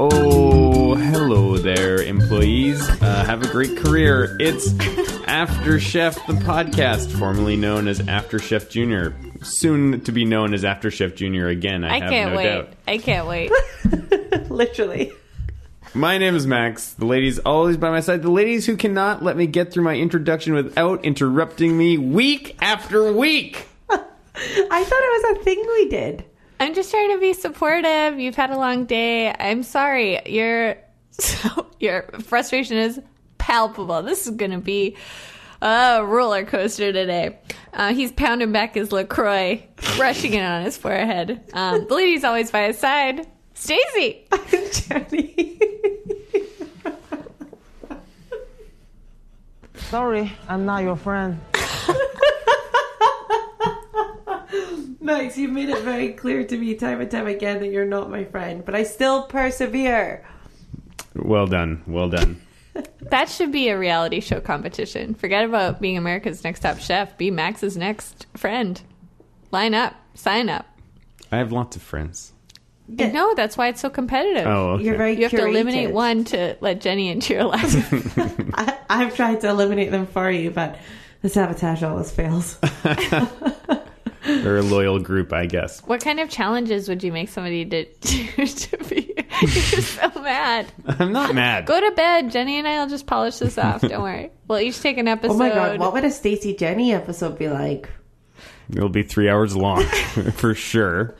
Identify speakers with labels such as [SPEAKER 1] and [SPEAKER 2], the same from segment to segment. [SPEAKER 1] Oh, Uh, great career. It's After Chef, the podcast, formerly known as After Chef Junior, soon to be known as After Chef Junior again. I,
[SPEAKER 2] I
[SPEAKER 1] have
[SPEAKER 2] can't
[SPEAKER 1] no
[SPEAKER 2] wait.
[SPEAKER 1] doubt.
[SPEAKER 2] I can't wait.
[SPEAKER 3] Literally.
[SPEAKER 1] My name is Max. The ladies always by my side. The ladies who cannot let me get through my introduction without interrupting me week after week.
[SPEAKER 3] I thought it was a thing we did.
[SPEAKER 2] I'm just trying to be supportive. You've had a long day. I'm sorry. Your so your frustration is palpable. This is going to be a roller coaster today. Uh, he's pounding back his Lacroix, brushing it on his forehead. Um, the lady's always by his side. Stacy.
[SPEAKER 3] Jenny.
[SPEAKER 4] Sorry, I'm not your friend.
[SPEAKER 3] Max, you made it very clear to me time and time again that you're not my friend, but I still persevere.
[SPEAKER 1] Well done. Well done.
[SPEAKER 2] That should be a reality show competition. Forget about being America's Next Top Chef. Be Max's next friend. Line up. Sign up.
[SPEAKER 1] I have lots of friends.
[SPEAKER 3] Yeah.
[SPEAKER 2] No, that's why it's so competitive.
[SPEAKER 1] Oh, okay.
[SPEAKER 3] You're very
[SPEAKER 2] You have to
[SPEAKER 3] curated.
[SPEAKER 2] eliminate one to let Jenny into your life.
[SPEAKER 3] I, I've tried to eliminate them for you, but the sabotage always fails.
[SPEAKER 1] They're a loyal group, I guess.
[SPEAKER 2] what kind of challenges would you make somebody to do to be? You're so mad.
[SPEAKER 1] I'm not mad.
[SPEAKER 2] Go to bed. Jenny and I will just polish this off. Don't worry. We'll each take an episode.
[SPEAKER 3] Oh my god, what would a Stacey Jenny episode be like?
[SPEAKER 1] It'll be three hours long for sure.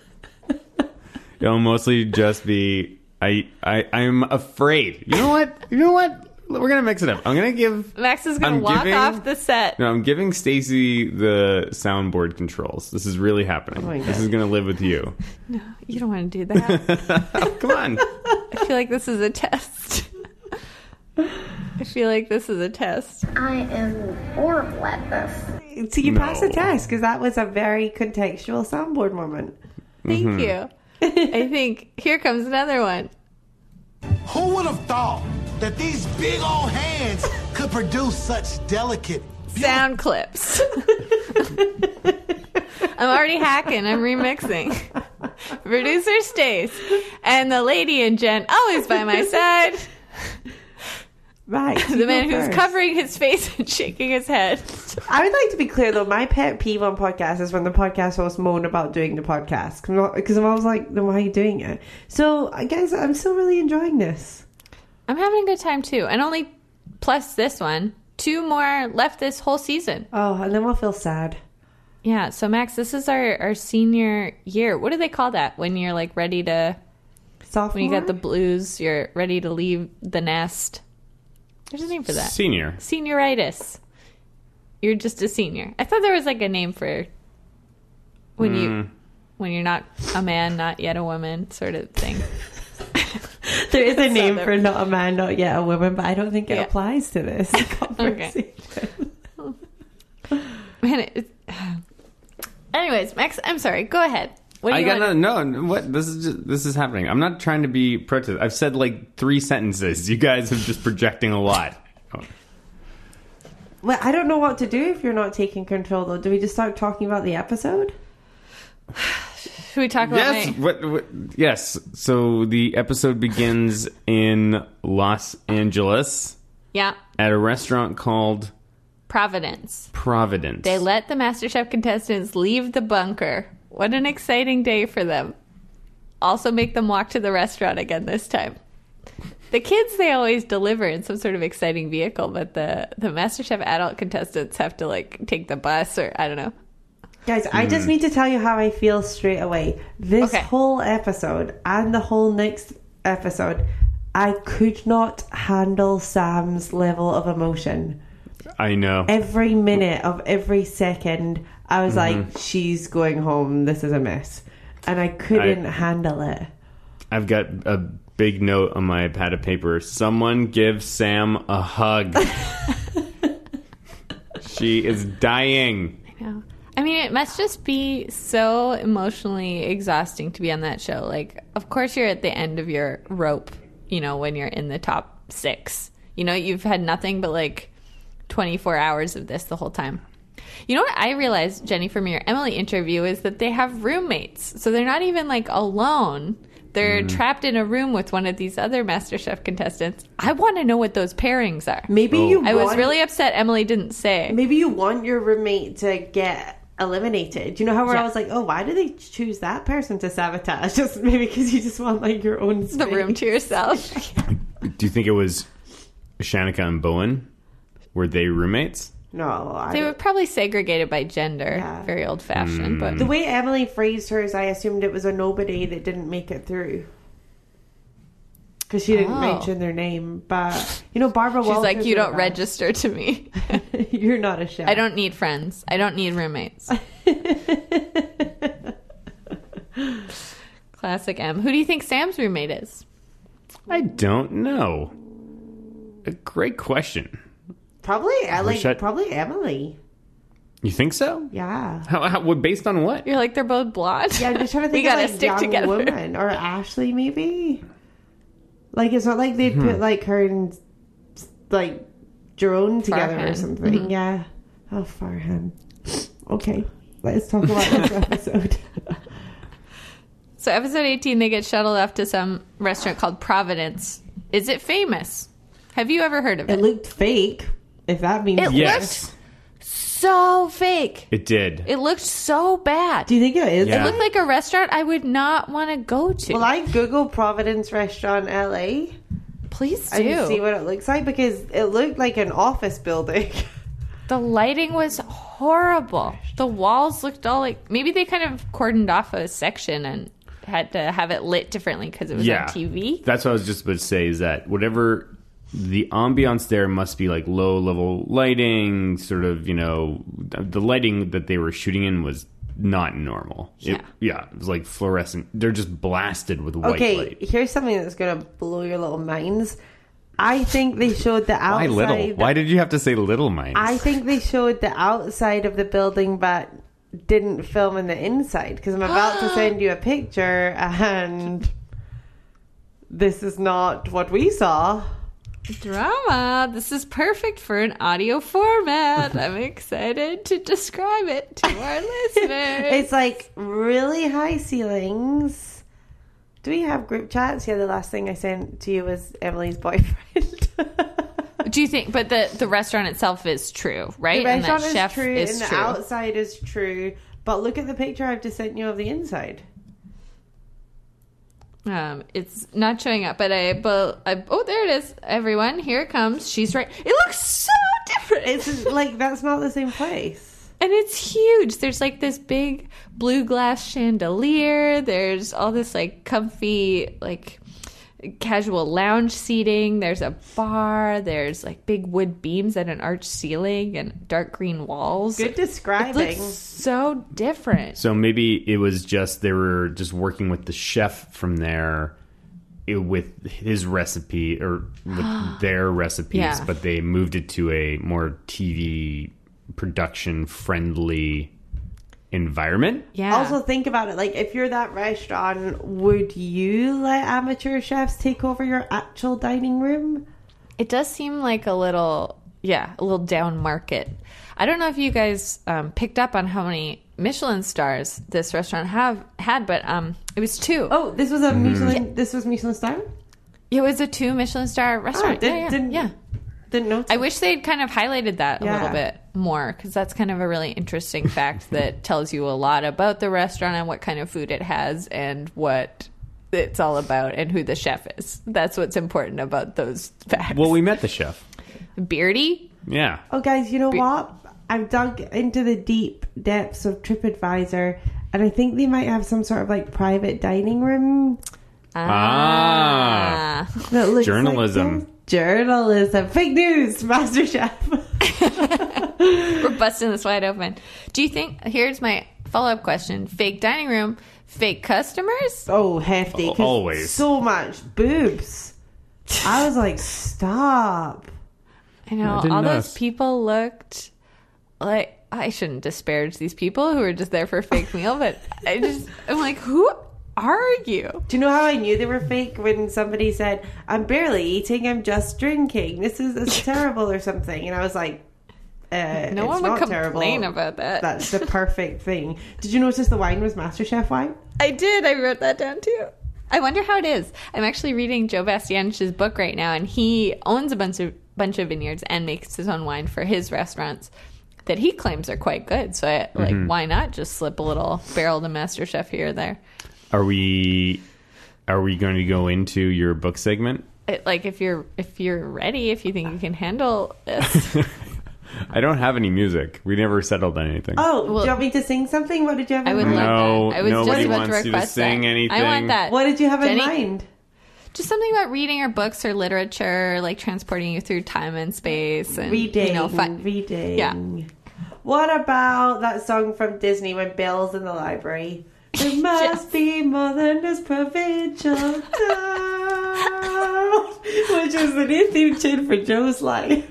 [SPEAKER 1] It'll mostly just be I I I'm afraid. You know what? You know what? We're gonna mix it up. I'm gonna give
[SPEAKER 2] Max is going
[SPEAKER 1] I'm
[SPEAKER 2] to walk
[SPEAKER 1] giving-
[SPEAKER 2] off the set.
[SPEAKER 1] no, I'm giving Stacy the soundboard controls. This is really happening.
[SPEAKER 2] Oh
[SPEAKER 3] my
[SPEAKER 1] this
[SPEAKER 3] God.
[SPEAKER 1] is gonna live with you.
[SPEAKER 2] You don't want to do that.
[SPEAKER 1] Come on.
[SPEAKER 2] I feel like this is a test. I feel like this is a test.
[SPEAKER 5] I am horrible at this.
[SPEAKER 3] So you
[SPEAKER 1] No.
[SPEAKER 3] passed the test because that was a very contextual soundboard moment.
[SPEAKER 2] Thank
[SPEAKER 1] Mm-hmm.
[SPEAKER 2] you. I think here comes another one.
[SPEAKER 6] Who would have thought that these big old hands could produce such delicate
[SPEAKER 2] sound clips. I'm already hacking. I'm remixing. Producer Stace and the lady and gent always by my side.
[SPEAKER 3] Right.
[SPEAKER 2] The man who's
[SPEAKER 3] covered.
[SPEAKER 2] covering his face and shaking his head.
[SPEAKER 3] I would like to be clear though. My pet peeve on podcasts is when the podcast hosts moan about doing the podcast because I'm always like, "Then why are you doing it?" So, I guess I'm still really enjoying this.
[SPEAKER 2] I'm having a good time too, and only plus this one. Two more left this whole season.
[SPEAKER 3] Oh, and then we'll feel sad.
[SPEAKER 2] Yeah. So Max, this is our our senior year. What do they call that when you're like ready to
[SPEAKER 3] Sophomore.
[SPEAKER 2] when you got the blues? You're ready to leave the nest. There's a name for that.
[SPEAKER 1] Senior.
[SPEAKER 2] senioritis. You're just a senior. I thought there was like a name for when
[SPEAKER 1] Hmm.
[SPEAKER 2] you when you're not a man, not yet a woman, sort of thing.
[SPEAKER 3] there is a name
[SPEAKER 2] Souther-
[SPEAKER 3] for not a man, not yet a woman, but I don't think it
[SPEAKER 2] Yeah.
[SPEAKER 3] applies to this conversation.
[SPEAKER 2] Man, it, anyways, Max, I'm sorry. Go ahead. What do
[SPEAKER 1] I
[SPEAKER 2] you
[SPEAKER 1] got
[SPEAKER 2] want?
[SPEAKER 1] no, no. What this is just, this is happening. I'm not trying to be protest. I've said like three sentences. You guys have just projecting a lot.
[SPEAKER 3] Well, I don't know what to do if you're not taking control though. Do we just start talking about the episode?
[SPEAKER 2] Should we talk about
[SPEAKER 1] Yes.
[SPEAKER 2] my-
[SPEAKER 1] What, what? Yes. So the episode begins in Los Angeles
[SPEAKER 2] Yeah,
[SPEAKER 1] at a restaurant called
[SPEAKER 2] Providence.
[SPEAKER 1] Providence.
[SPEAKER 2] They let the MasterChef contestants leave the bunker. What an exciting day for them. Also make them walk to the restaurant again this time. The kids they always deliver in some sort of exciting vehicle, but the the MasterChef adult contestants have to like take the bus or I don't know.
[SPEAKER 3] Guys, I just need to tell you how I feel straight away. This
[SPEAKER 2] Okay.
[SPEAKER 3] whole episode and the whole next episode, I could not handle Sam's level of emotion.
[SPEAKER 1] I know.
[SPEAKER 3] Every minute of every second, I was like, she's going home. This is a mess. And I couldn't handle it.
[SPEAKER 1] I've got a big note on my pad of paper. Someone give Sam a hug. she is dying.
[SPEAKER 2] Yeah. I mean, it must just be so emotionally exhausting to be on that show. Like, of course, you're at the end of your rope, you know, when you're in the top six. You know, you've had nothing but like 24 hours of this the whole time. You know what I realized, Jenny, from your Emily interview is that they have roommates. So they're not even like alone. They're trapped in a room with one of these other MasterChef contestants. I want to know what those pairings are.
[SPEAKER 3] Maybe you.
[SPEAKER 2] I was
[SPEAKER 3] want-
[SPEAKER 2] really upset Emily didn't say.
[SPEAKER 3] Maybe you want your roommate to get eliminated. You know how we're
[SPEAKER 2] Yeah.
[SPEAKER 3] always like, oh, why do they choose that person to sabotage? Just maybe because you just want like your own space.
[SPEAKER 2] the room to yourself.
[SPEAKER 1] Do you think it was Shanika and Bowen? Were they roommates?
[SPEAKER 3] No, I
[SPEAKER 2] they were probably segregated by gender.
[SPEAKER 3] Yeah.
[SPEAKER 2] Very old fashioned,
[SPEAKER 3] the
[SPEAKER 2] but
[SPEAKER 3] way Emily phrased hers, I assumed it was a nobody that didn't make it through. Because she didn't
[SPEAKER 2] Oh.
[SPEAKER 3] mention their name, but you know Barbara.
[SPEAKER 2] she's like,
[SPEAKER 3] Walters
[SPEAKER 2] You
[SPEAKER 3] was
[SPEAKER 2] don't
[SPEAKER 3] that.
[SPEAKER 2] register to me.
[SPEAKER 3] You're not a chef.
[SPEAKER 2] I don't need friends. I don't need roommates. Classic M. Who do you think Sam's roommate is?
[SPEAKER 1] I don't know. A great question.
[SPEAKER 3] Probably, I like
[SPEAKER 1] I-
[SPEAKER 3] probably Emily.
[SPEAKER 1] You think so?
[SPEAKER 3] Yeah.
[SPEAKER 1] How, how, what, based on what?
[SPEAKER 2] You're like, they're both blonde.
[SPEAKER 3] Yeah, I'm just trying to think.
[SPEAKER 2] we gotta
[SPEAKER 3] of, like,
[SPEAKER 2] stick
[SPEAKER 3] young
[SPEAKER 2] together.
[SPEAKER 3] Woman or Ashley, maybe. Like it's not like they would put like her and like Jerome together or
[SPEAKER 2] Farhan. Mm-hmm.
[SPEAKER 3] something. Yeah. Oh, Farhan. Okay, let's talk about this episode.
[SPEAKER 2] So, episode 18, they get shuttled off to some restaurant called Providence. Is it famous? Have you ever heard of
[SPEAKER 3] It
[SPEAKER 2] it?
[SPEAKER 3] looked fake, if that means.
[SPEAKER 2] It
[SPEAKER 1] Yes,
[SPEAKER 2] so fake.
[SPEAKER 1] it did.
[SPEAKER 2] It looked so bad.
[SPEAKER 3] Do you think it is?
[SPEAKER 1] Yeah.
[SPEAKER 2] It looked like a restaurant I would not want to go to.
[SPEAKER 3] Well, I Google Providence Restaurant LA
[SPEAKER 2] Please
[SPEAKER 3] and see
[SPEAKER 2] do.
[SPEAKER 3] what it looks like because it looked like an office building.
[SPEAKER 2] the lighting was horrible. The walls looked all like maybe they kind of cordoned off a section and had to have it lit differently because it was
[SPEAKER 1] yeah.
[SPEAKER 2] on TV.
[SPEAKER 1] That's what I was just about to say is that whatever the ambiance there must be like low level lighting, sort of, you know, the lighting that they were shooting in was not normal. It-
[SPEAKER 2] Yeah.
[SPEAKER 1] yeah. It was like fluorescent. They're just blasted with white
[SPEAKER 3] Okay,
[SPEAKER 1] light.
[SPEAKER 3] here's something that's gonna blow your little minds. I think they showed the
[SPEAKER 1] Why
[SPEAKER 3] outside.
[SPEAKER 1] little? Why did you have to say little mines?
[SPEAKER 3] I think they showed the outside of the building, but didn't film in the inside because I'm about to send you a picture, and this is not what we saw.
[SPEAKER 2] Drama. This is perfect for an audio format. I'm excited to describe it to our listeners.
[SPEAKER 3] It's like really high ceilings. Do we have group chats? Yeah, the last thing I sent to you was Emily's boyfriend.
[SPEAKER 2] Do you think? But the the restaurant itself is true, right?
[SPEAKER 3] the
[SPEAKER 2] and that
[SPEAKER 3] restaurant is
[SPEAKER 2] chef
[SPEAKER 3] true,
[SPEAKER 2] is
[SPEAKER 3] and the
[SPEAKER 2] true.
[SPEAKER 3] outside is true. But look at the picture I've just sent you of the inside.
[SPEAKER 2] Um, it's not showing up, but I, but I, oh, there it is, everyone. Here it comes. She's right. It looks so different.
[SPEAKER 3] It's like that's not the same place.
[SPEAKER 2] and it's huge. There's like this big blue glass chandelier. There's all this like comfy, like casual lounge seating. There's a bar. There's like big wood beams and an arched ceiling and dark green walls.
[SPEAKER 3] Good
[SPEAKER 2] It
[SPEAKER 3] describing.
[SPEAKER 2] looks so different.
[SPEAKER 1] so maybe it was just they were just working with the chef from there it, with his recipe or with their recipes,
[SPEAKER 2] Yeah.
[SPEAKER 1] but they moved it to a more TV production friendly environment.
[SPEAKER 2] Yeah.
[SPEAKER 3] Also, think about it. Like, if you're that restaurant, would you let amateur chefs take over your actual dining room?
[SPEAKER 2] It does seem like a little, yeah, a little down market. I don't know if you guys um, picked up on how many Michelin stars this restaurant have had, but um, it was two.
[SPEAKER 3] Oh, this was a Michelin. This was Michelin star.
[SPEAKER 2] It was a two Michelin star restaurant.
[SPEAKER 3] did-
[SPEAKER 2] yeah, yeah,
[SPEAKER 3] Oh, didn't-
[SPEAKER 2] yeah.
[SPEAKER 3] Didn't know.
[SPEAKER 2] I wish they'd kind of highlighted that a
[SPEAKER 3] Yeah.
[SPEAKER 2] little bit more because that's kind of a really interesting fact that tells you a lot about the restaurant and what kind of food it has and what it's all about and who the chef is. That's what's important about those facts.
[SPEAKER 1] Well, we met the chef.
[SPEAKER 2] Beardy,
[SPEAKER 1] Yeah.
[SPEAKER 3] oh, guys, you know what? I've dug into the deep depths of TripAdvisor, and I think they might have some sort of like private dining room
[SPEAKER 1] Ah.
[SPEAKER 3] that looks like
[SPEAKER 1] Journalism.
[SPEAKER 3] this. journalism, fake news, Master Chef.
[SPEAKER 2] We're busting this wide open. Do you think? Here's my follow up question: Fake dining room, fake customers.
[SPEAKER 3] Oh, hefty! 'cause
[SPEAKER 1] Always.
[SPEAKER 3] so much boobs. I was like, stop.
[SPEAKER 2] I know
[SPEAKER 1] I didn't
[SPEAKER 2] all
[SPEAKER 1] know.
[SPEAKER 2] those people looked like I shouldn't disparage these people who are just there for a fake meal, but I just I'm like, who are you?
[SPEAKER 3] Do you know how I knew they were fake when somebody said, "I'm barely eating, I'm just drinking. This is it's terrible or something," and I was like,
[SPEAKER 2] No
[SPEAKER 3] uh, it's
[SPEAKER 2] one would
[SPEAKER 3] not
[SPEAKER 2] complain
[SPEAKER 3] terrible.
[SPEAKER 2] about that.
[SPEAKER 3] That's the perfect thing. Did you notice the wine was MasterChef wine?
[SPEAKER 2] I did. I wrote that down too. I wonder how it is. I'm actually reading Joe Bastianich's book right now, and he owns a bunch of bunch of vineyards and makes his own wine for his restaurants that he claims are quite good. So, I, like,
[SPEAKER 1] Mm-hmm.
[SPEAKER 2] why not just slip a little barrel to Master Chef here or there?
[SPEAKER 1] Are we are we going to go into your book segment?
[SPEAKER 2] It, like, if you're if you're ready, if you think you can handle this,
[SPEAKER 1] I don't have any music. We never settled on anything.
[SPEAKER 3] Oh, do
[SPEAKER 2] Well-
[SPEAKER 3] you want me to sing something? What did you have
[SPEAKER 2] I
[SPEAKER 3] in
[SPEAKER 2] would
[SPEAKER 3] mind?
[SPEAKER 1] No,
[SPEAKER 2] love that. I was
[SPEAKER 1] nobody
[SPEAKER 2] just about
[SPEAKER 1] wants
[SPEAKER 2] to
[SPEAKER 1] you to
[SPEAKER 2] request
[SPEAKER 1] sing
[SPEAKER 2] that.
[SPEAKER 1] anything.
[SPEAKER 2] I want that.
[SPEAKER 3] What did you have
[SPEAKER 2] Jenny?
[SPEAKER 3] in mind?
[SPEAKER 2] Just something about reading or books or literature, or, like transporting you through time and space, and
[SPEAKER 3] Reading,
[SPEAKER 2] um, you know, fi-
[SPEAKER 3] reading.
[SPEAKER 2] Yeah.
[SPEAKER 3] What about that song from Disney when Bill's in the library? There must be more than this provincial town, which is the new theme tune for Joe's life.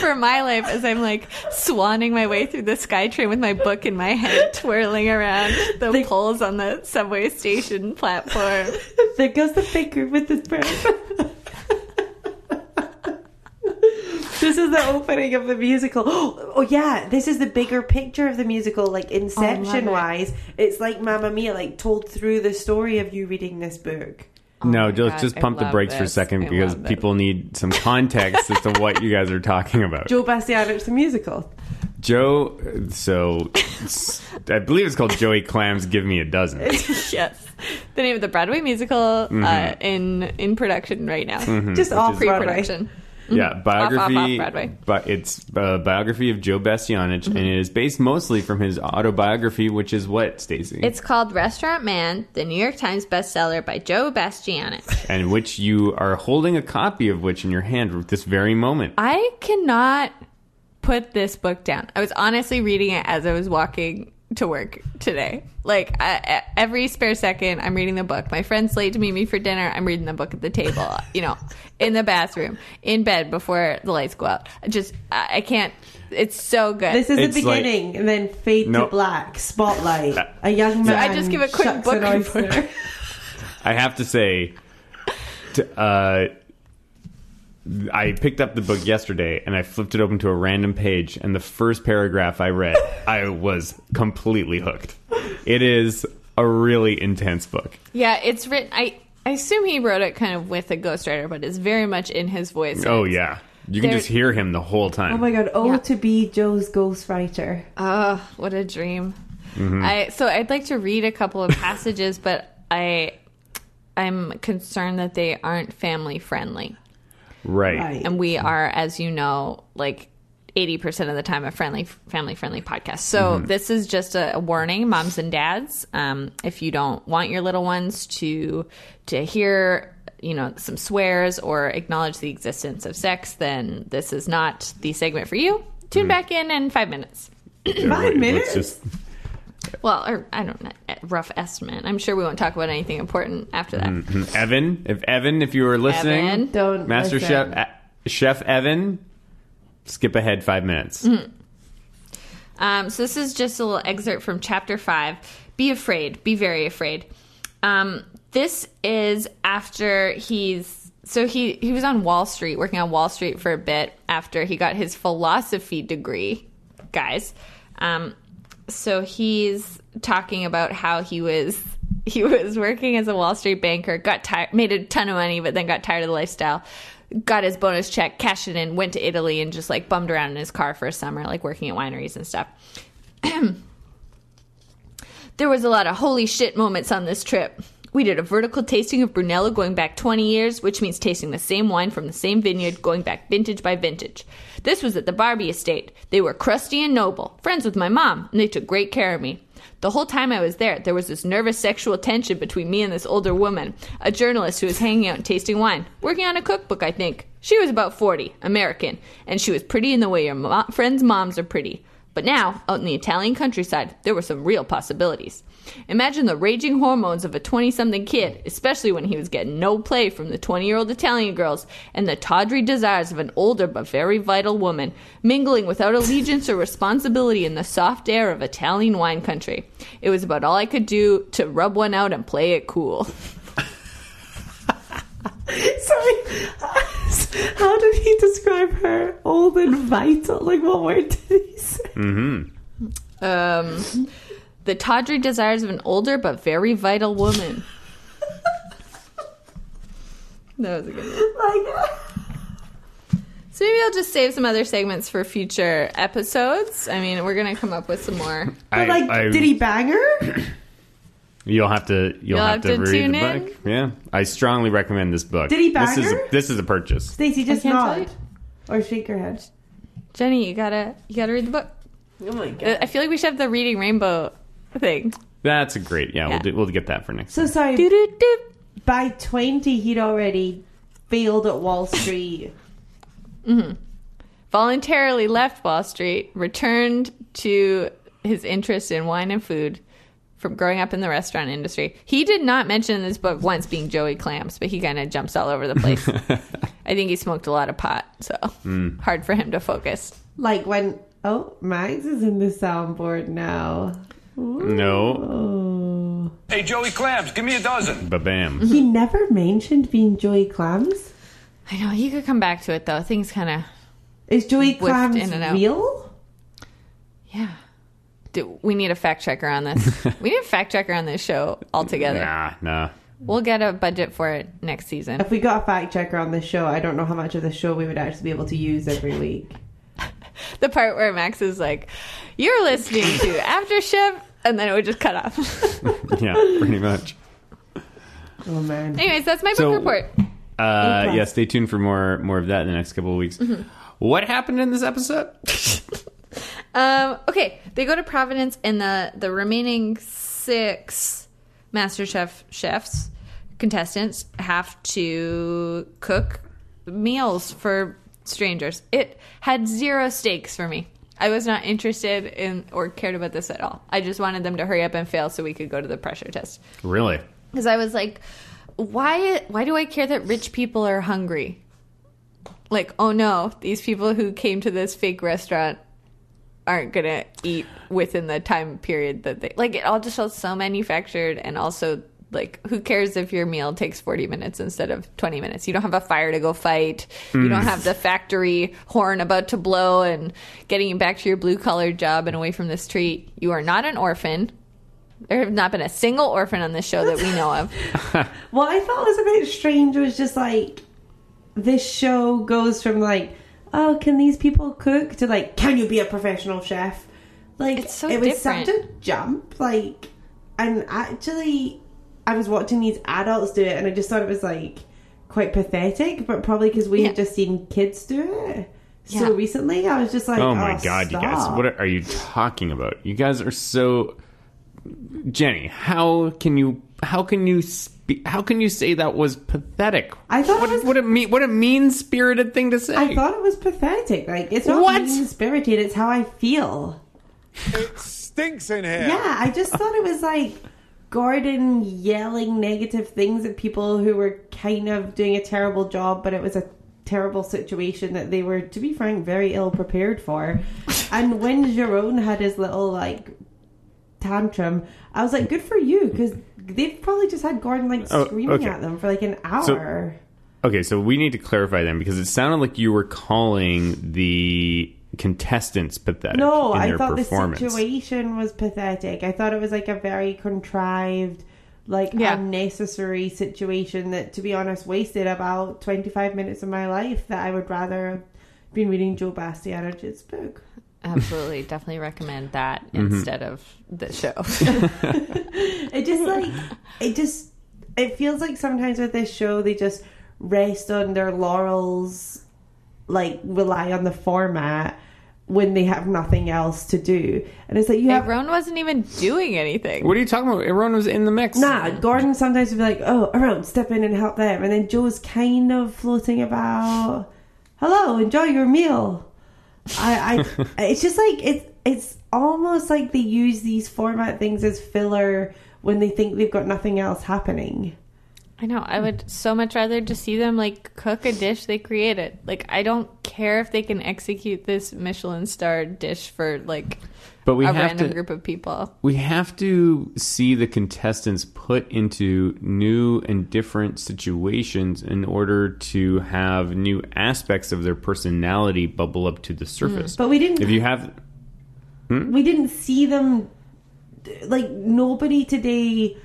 [SPEAKER 2] for my life as I'm like swanning my way through the sky train with my book in my hand, twirling around the poles on the subway station platform.
[SPEAKER 3] There goes the finger with his breath. this is the opening of the musical. Oh yeah, this is the bigger picture of the musical, like inception
[SPEAKER 2] Oh,
[SPEAKER 3] wise. It's like Mamma Mia, like told through the story of you reading this book.
[SPEAKER 1] no,
[SPEAKER 2] my
[SPEAKER 1] just
[SPEAKER 2] God,
[SPEAKER 1] just
[SPEAKER 2] I
[SPEAKER 1] pump the
[SPEAKER 2] love
[SPEAKER 1] brakes for a
[SPEAKER 2] this.
[SPEAKER 1] second
[SPEAKER 2] I
[SPEAKER 1] because
[SPEAKER 2] love this.
[SPEAKER 1] people need some context as to what you guys are talking about.
[SPEAKER 3] Joe Bastianich, the musical.
[SPEAKER 1] Joe, so I believe it's called Joey Clams. Give me a dozen.
[SPEAKER 2] yes. The name of the Broadway musical uh, in in production right now.
[SPEAKER 1] Hmm,
[SPEAKER 3] Just off
[SPEAKER 2] Pre
[SPEAKER 3] Broadway.
[SPEAKER 2] production.
[SPEAKER 1] Yeah, biography.
[SPEAKER 2] off Broadway.
[SPEAKER 1] But it's a biography of Joe Bastianich, and it is based mostly from his autobiography, which is what Stacey,
[SPEAKER 2] It's called Restaurant Man, the New York Times bestseller by Joe Bastianich.
[SPEAKER 1] and which you are holding a copy of which in your hand at this very moment.
[SPEAKER 2] I cannot put this book down. I was honestly reading it as I was walking to work today. Like I, e- every spare second, I'm reading the book. My friend's late to meet me for dinner. I'm reading the book at the table. You know, in the bathroom, in bed before the lights go out. I Just I, I can't. It's so good.
[SPEAKER 3] This is
[SPEAKER 1] It's
[SPEAKER 3] the
[SPEAKER 1] like- Uh,
[SPEAKER 3] beginning, and then fade
[SPEAKER 1] No.
[SPEAKER 3] to black. Spotlight. A young man.
[SPEAKER 2] I just give a quick
[SPEAKER 3] shucks
[SPEAKER 2] book
[SPEAKER 3] an oyster.
[SPEAKER 2] report.
[SPEAKER 1] I have to say, t- uh, I picked up the book yesterday and I flipped it open to a random page, and the first paragraph I read, I was completely hooked. It is a really intense book.
[SPEAKER 2] yeah, it's written. I I assume he wrote it kind of with a ghostwriter, but it's very much in his voice.
[SPEAKER 1] Oh yeah, you can
[SPEAKER 2] There-
[SPEAKER 1] just hear him the whole time.
[SPEAKER 3] Oh my god! Oh,
[SPEAKER 2] Yeah.
[SPEAKER 3] to be Joe's ghostwriter.
[SPEAKER 2] Oh, what a dream. I so I'd like to read a couple of passages, but I I'm concerned that they aren't family friendly.
[SPEAKER 1] right.
[SPEAKER 3] Right.
[SPEAKER 2] And we are, as you know, like 80% of the time a friendly family friendly podcast. So this is just a, a warning moms and dads, um, if you don't want your little ones to to hear you know some swears or acknowledge the existence of sex, then this is not the segment for you. Tune back in in 5 minutes.
[SPEAKER 3] Five minutes.
[SPEAKER 1] Let's just
[SPEAKER 2] Well, or I don't know, a rough estimate. I'm sure we won't talk about anything important after that.
[SPEAKER 1] Mm. hmm, Evan, if Evan, if you were listening,
[SPEAKER 2] Evan,
[SPEAKER 3] Don't
[SPEAKER 1] Master
[SPEAKER 3] listen.
[SPEAKER 1] Chef uh, Chef Evan, skip ahead five minutes.
[SPEAKER 3] Mm.
[SPEAKER 2] Um, so this is just a little excerpt from chapter five. Be afraid. Be very afraid. Um, this is after he's so he he was on Wall Street working on Wall Street for a bit after he got his philosophy degree, guys. Um, so he's talking about how he was he was working as a Wall Street banker, got tired, made a ton of money, but then got tired of the lifestyle. Got his bonus check, cashed it in, went to Italy, and just like bummed around in his car for a summer, like working at wineries and stuff. There was a lot of holy shit moments on this trip. We did a vertical tasting of Brunello going back 20 years, which means tasting the same wine from the same vineyard going back vintage by vintage. This was at the Barbie estate. They were crusty and noble, friends with my mom, and they took great care of me. The whole time I was there, there was this nervous sexual tension between me and this older woman, a journalist who was hanging out and tasting wine, working on a cookbook, I think. She was about 40, American, and she was pretty in the way your mo- friends' moms are pretty. But now, out in the Italian countryside, there were some real possibilities. Imagine the raging hormones of a 20 something kid, especially when he was getting no play from the 20 year old Italian girls, and the tawdry desires of an older but very vital woman, mingling without allegiance or responsibility in the soft air of Italian wine country. It was about all I could do to rub one out and play it cool.
[SPEAKER 3] Sorry. How did he describe her? Old and vital. Like, what word did he say?
[SPEAKER 1] Hmm. Mm-hmm.
[SPEAKER 2] Um, the tawdry desires of an older but very vital woman. That was a good one.
[SPEAKER 3] Like,
[SPEAKER 2] So maybe I'll just save some other segments for future episodes. I mean, we're gonna come up with some more.
[SPEAKER 1] I,
[SPEAKER 3] like
[SPEAKER 1] I-
[SPEAKER 3] did he bang her?
[SPEAKER 1] You'll have to. You'll, have, to, read
[SPEAKER 2] tune
[SPEAKER 1] the
[SPEAKER 2] in.
[SPEAKER 1] book. Yeah, I strongly recommend this book.
[SPEAKER 3] Did he bang
[SPEAKER 1] this is
[SPEAKER 3] her?
[SPEAKER 1] a, this is a purchase.
[SPEAKER 3] Stacey, just
[SPEAKER 2] can't tell
[SPEAKER 3] nod. Or shake her head.
[SPEAKER 2] Jenny, you gotta you gotta read the book.
[SPEAKER 3] Oh my god.
[SPEAKER 2] Uh, I feel like we should have the reading rainbow thing.
[SPEAKER 1] That's a great. Yeah,
[SPEAKER 2] Yeah.
[SPEAKER 1] We'll, do, we'll get that for next.
[SPEAKER 3] So sorry,
[SPEAKER 2] Do do do.
[SPEAKER 3] by 20 he'd already failed at Wall Street.
[SPEAKER 2] Voluntarily left Wall Street, returned to his interest in wine and food from growing up in the restaurant industry. He did not mention in this book once being Joey Clams, but he kind of jumps all over the place. I think he smoked a lot of pot, so hard for him to focus.
[SPEAKER 3] like when oh, Max is in the soundboard now. Oh.
[SPEAKER 1] No,
[SPEAKER 7] Hey, Joey Clams, give me a dozen.
[SPEAKER 1] ba bam.
[SPEAKER 3] He never mentioned being Joey Clams.
[SPEAKER 2] I know you could come back to it though. Things kind of
[SPEAKER 3] Is Joey
[SPEAKER 2] Whiffed
[SPEAKER 3] Clams
[SPEAKER 2] in and out.
[SPEAKER 3] real?
[SPEAKER 2] Yeah. Do, we need a fact checker on this. we need a fact checker on this show altogether.
[SPEAKER 1] Nah, nah.
[SPEAKER 2] We'll get a budget for it next season.
[SPEAKER 3] If we got a fact checker on this show, I don't know how much of the show we would actually be able to use every week.
[SPEAKER 2] The part where Max is like, You're listening to After Shift, and then it would just cut off.
[SPEAKER 1] Yeah, pretty much.
[SPEAKER 3] Oh man.
[SPEAKER 2] Anyways, that's my book
[SPEAKER 1] So-
[SPEAKER 2] report.
[SPEAKER 1] Uh,
[SPEAKER 3] class.
[SPEAKER 1] yeah, stay tuned for more more of that in the next couple of weeks. What happened in this episode?
[SPEAKER 2] Um, okay, they go to Providence, and the, the remaining six MasterChef chefs, contestants, have to cook meals for strangers. It had zero stakes for me. I was not interested in or cared about this at all. I just wanted them to hurry up and fail so we could go to the pressure test.
[SPEAKER 1] Really?
[SPEAKER 2] Because I was like, why, why do I care that rich people are hungry? Like, oh no, these people who came to this fake restaurant aren't gonna eat within the time period that they like it all just felt so manufactured and also like who cares if your meal takes 40 minutes instead of 20 minutes you don't have a fire to go fight you don't have the factory horn about to blow and getting you back to your blue collar job and away from this tree you are not an orphan there have not been a single orphan on this show that we know of
[SPEAKER 3] What I thought was a bit strange was just like this show goes from like, oh, can these people cook to like, can you be a professional chef? Like
[SPEAKER 2] It's so
[SPEAKER 3] it was
[SPEAKER 2] different.
[SPEAKER 3] such a jump. Like, and actually, I was watching these adults do it, and I just thought it was like quite pathetic. But probably because we
[SPEAKER 2] Yeah.
[SPEAKER 3] had just seen kids do it
[SPEAKER 2] Yeah.
[SPEAKER 3] so recently, I was just like,
[SPEAKER 1] Oh, my god, you guys!
[SPEAKER 3] stop."
[SPEAKER 1] What are you talking about? You guys are so. Jenny, how can you? How can you? Spe- how can you say that was pathetic?
[SPEAKER 3] I thought
[SPEAKER 1] what,
[SPEAKER 3] it was-
[SPEAKER 1] what a mean, what a mean spirited thing to say.
[SPEAKER 3] I thought it was pathetic. Like, it's not
[SPEAKER 1] What?
[SPEAKER 3] mean spirited. It's how I feel.
[SPEAKER 6] It stinks in here.
[SPEAKER 3] Yeah, I just thought it was like Gordon yelling negative things at people who were kind of doing a terrible job, but it was a terrible situation that they were, to be frank, very ill prepared for. and when Jerome had his little like tantrum, I was like, good for you, because they've probably just had Gordon like
[SPEAKER 1] Oh,
[SPEAKER 3] screaming
[SPEAKER 1] okay.
[SPEAKER 3] at them for like an
[SPEAKER 1] So-
[SPEAKER 3] hour.
[SPEAKER 1] Okay, so we need to clarify then because it sounded like you were calling the contestants pathetic.
[SPEAKER 3] no,
[SPEAKER 1] in
[SPEAKER 3] I
[SPEAKER 1] their
[SPEAKER 3] thought the
[SPEAKER 1] performance.
[SPEAKER 3] situation was pathetic. I thought it was like a very contrived, like
[SPEAKER 2] Yeah.
[SPEAKER 3] unnecessary situation that, to be honest, wasted about 25 minutes of my life that I would rather have been reading Joe Bastianovich's book.
[SPEAKER 2] absolutely definitely recommend that
[SPEAKER 1] Mm-hmm.
[SPEAKER 2] instead of the show
[SPEAKER 3] It just like, it just, it feels like sometimes with this show, they just rest on their laurels, like rely on the format when they have nothing else to do. And it's like, you have
[SPEAKER 2] Ron wasn't even doing anything
[SPEAKER 1] What are you talking about? Everyone was in the mix.
[SPEAKER 3] Nah, Gordon sometimes would be like, oh, around, step in and help them. And then Joe's kind of floating about, hello, enjoy your meal. I, I it's just like, it's, it's almost like they use these format things as filler when they think they've got nothing else happening.
[SPEAKER 2] I know. I would so much rather just see them like cook a dish they created. Like I don't care if they can execute this Michelin star dish for like
[SPEAKER 1] but we
[SPEAKER 2] a
[SPEAKER 1] have
[SPEAKER 2] random
[SPEAKER 1] to
[SPEAKER 2] group of people.
[SPEAKER 1] we have to see the contestants put into new and different situations in order to have new aspects of their personality bubble up to the surface.
[SPEAKER 3] But we didn't,
[SPEAKER 1] if you have
[SPEAKER 3] we didn't see them, like, nobody today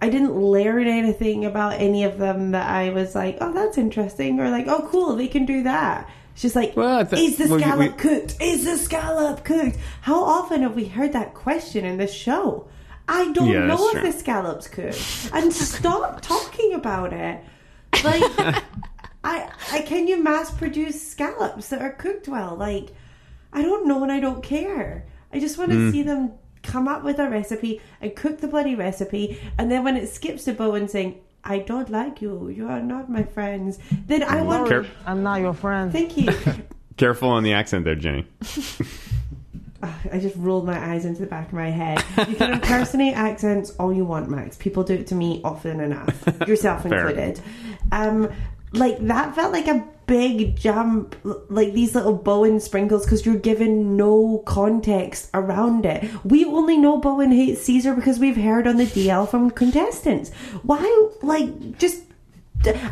[SPEAKER 3] I didn't learn anything about any of them that I was like, oh, that's interesting, or like, oh, cool, they can do that. It's just like,
[SPEAKER 1] Well, I thought-
[SPEAKER 3] is the
[SPEAKER 1] well, you-
[SPEAKER 3] scallop
[SPEAKER 1] we-
[SPEAKER 3] cooked? Is the scallop cooked? How often have we heard that question in the show? I don't
[SPEAKER 1] Yeah,
[SPEAKER 3] know
[SPEAKER 1] that's
[SPEAKER 3] if
[SPEAKER 1] true.
[SPEAKER 3] the scallop's cooked. And stop talking about it. Like, I, I can you mass produce scallops that are cooked well? Like, I don't know and I don't care. I just want to see them come up with a recipe and cook the bloody recipe, and then when it skips to Bowen saying, "I don't like you, you are not my friends," then I want.
[SPEAKER 1] Hmm. Care-
[SPEAKER 4] I'm not your friend.
[SPEAKER 3] Thank you.
[SPEAKER 1] careful on the accent there, Jenny.
[SPEAKER 3] I just rolled my eyes into the back of my head. You can impersonate accents all you want, Max. People do it to me often enough, yourself
[SPEAKER 1] Fair.
[SPEAKER 3] included. Um, like that felt like a big jump, l- like these little Bowen sprinkles, because you're given no context around it. We only know Bowen hates Caesar because we've heard on the DL from contestants. Why, like, just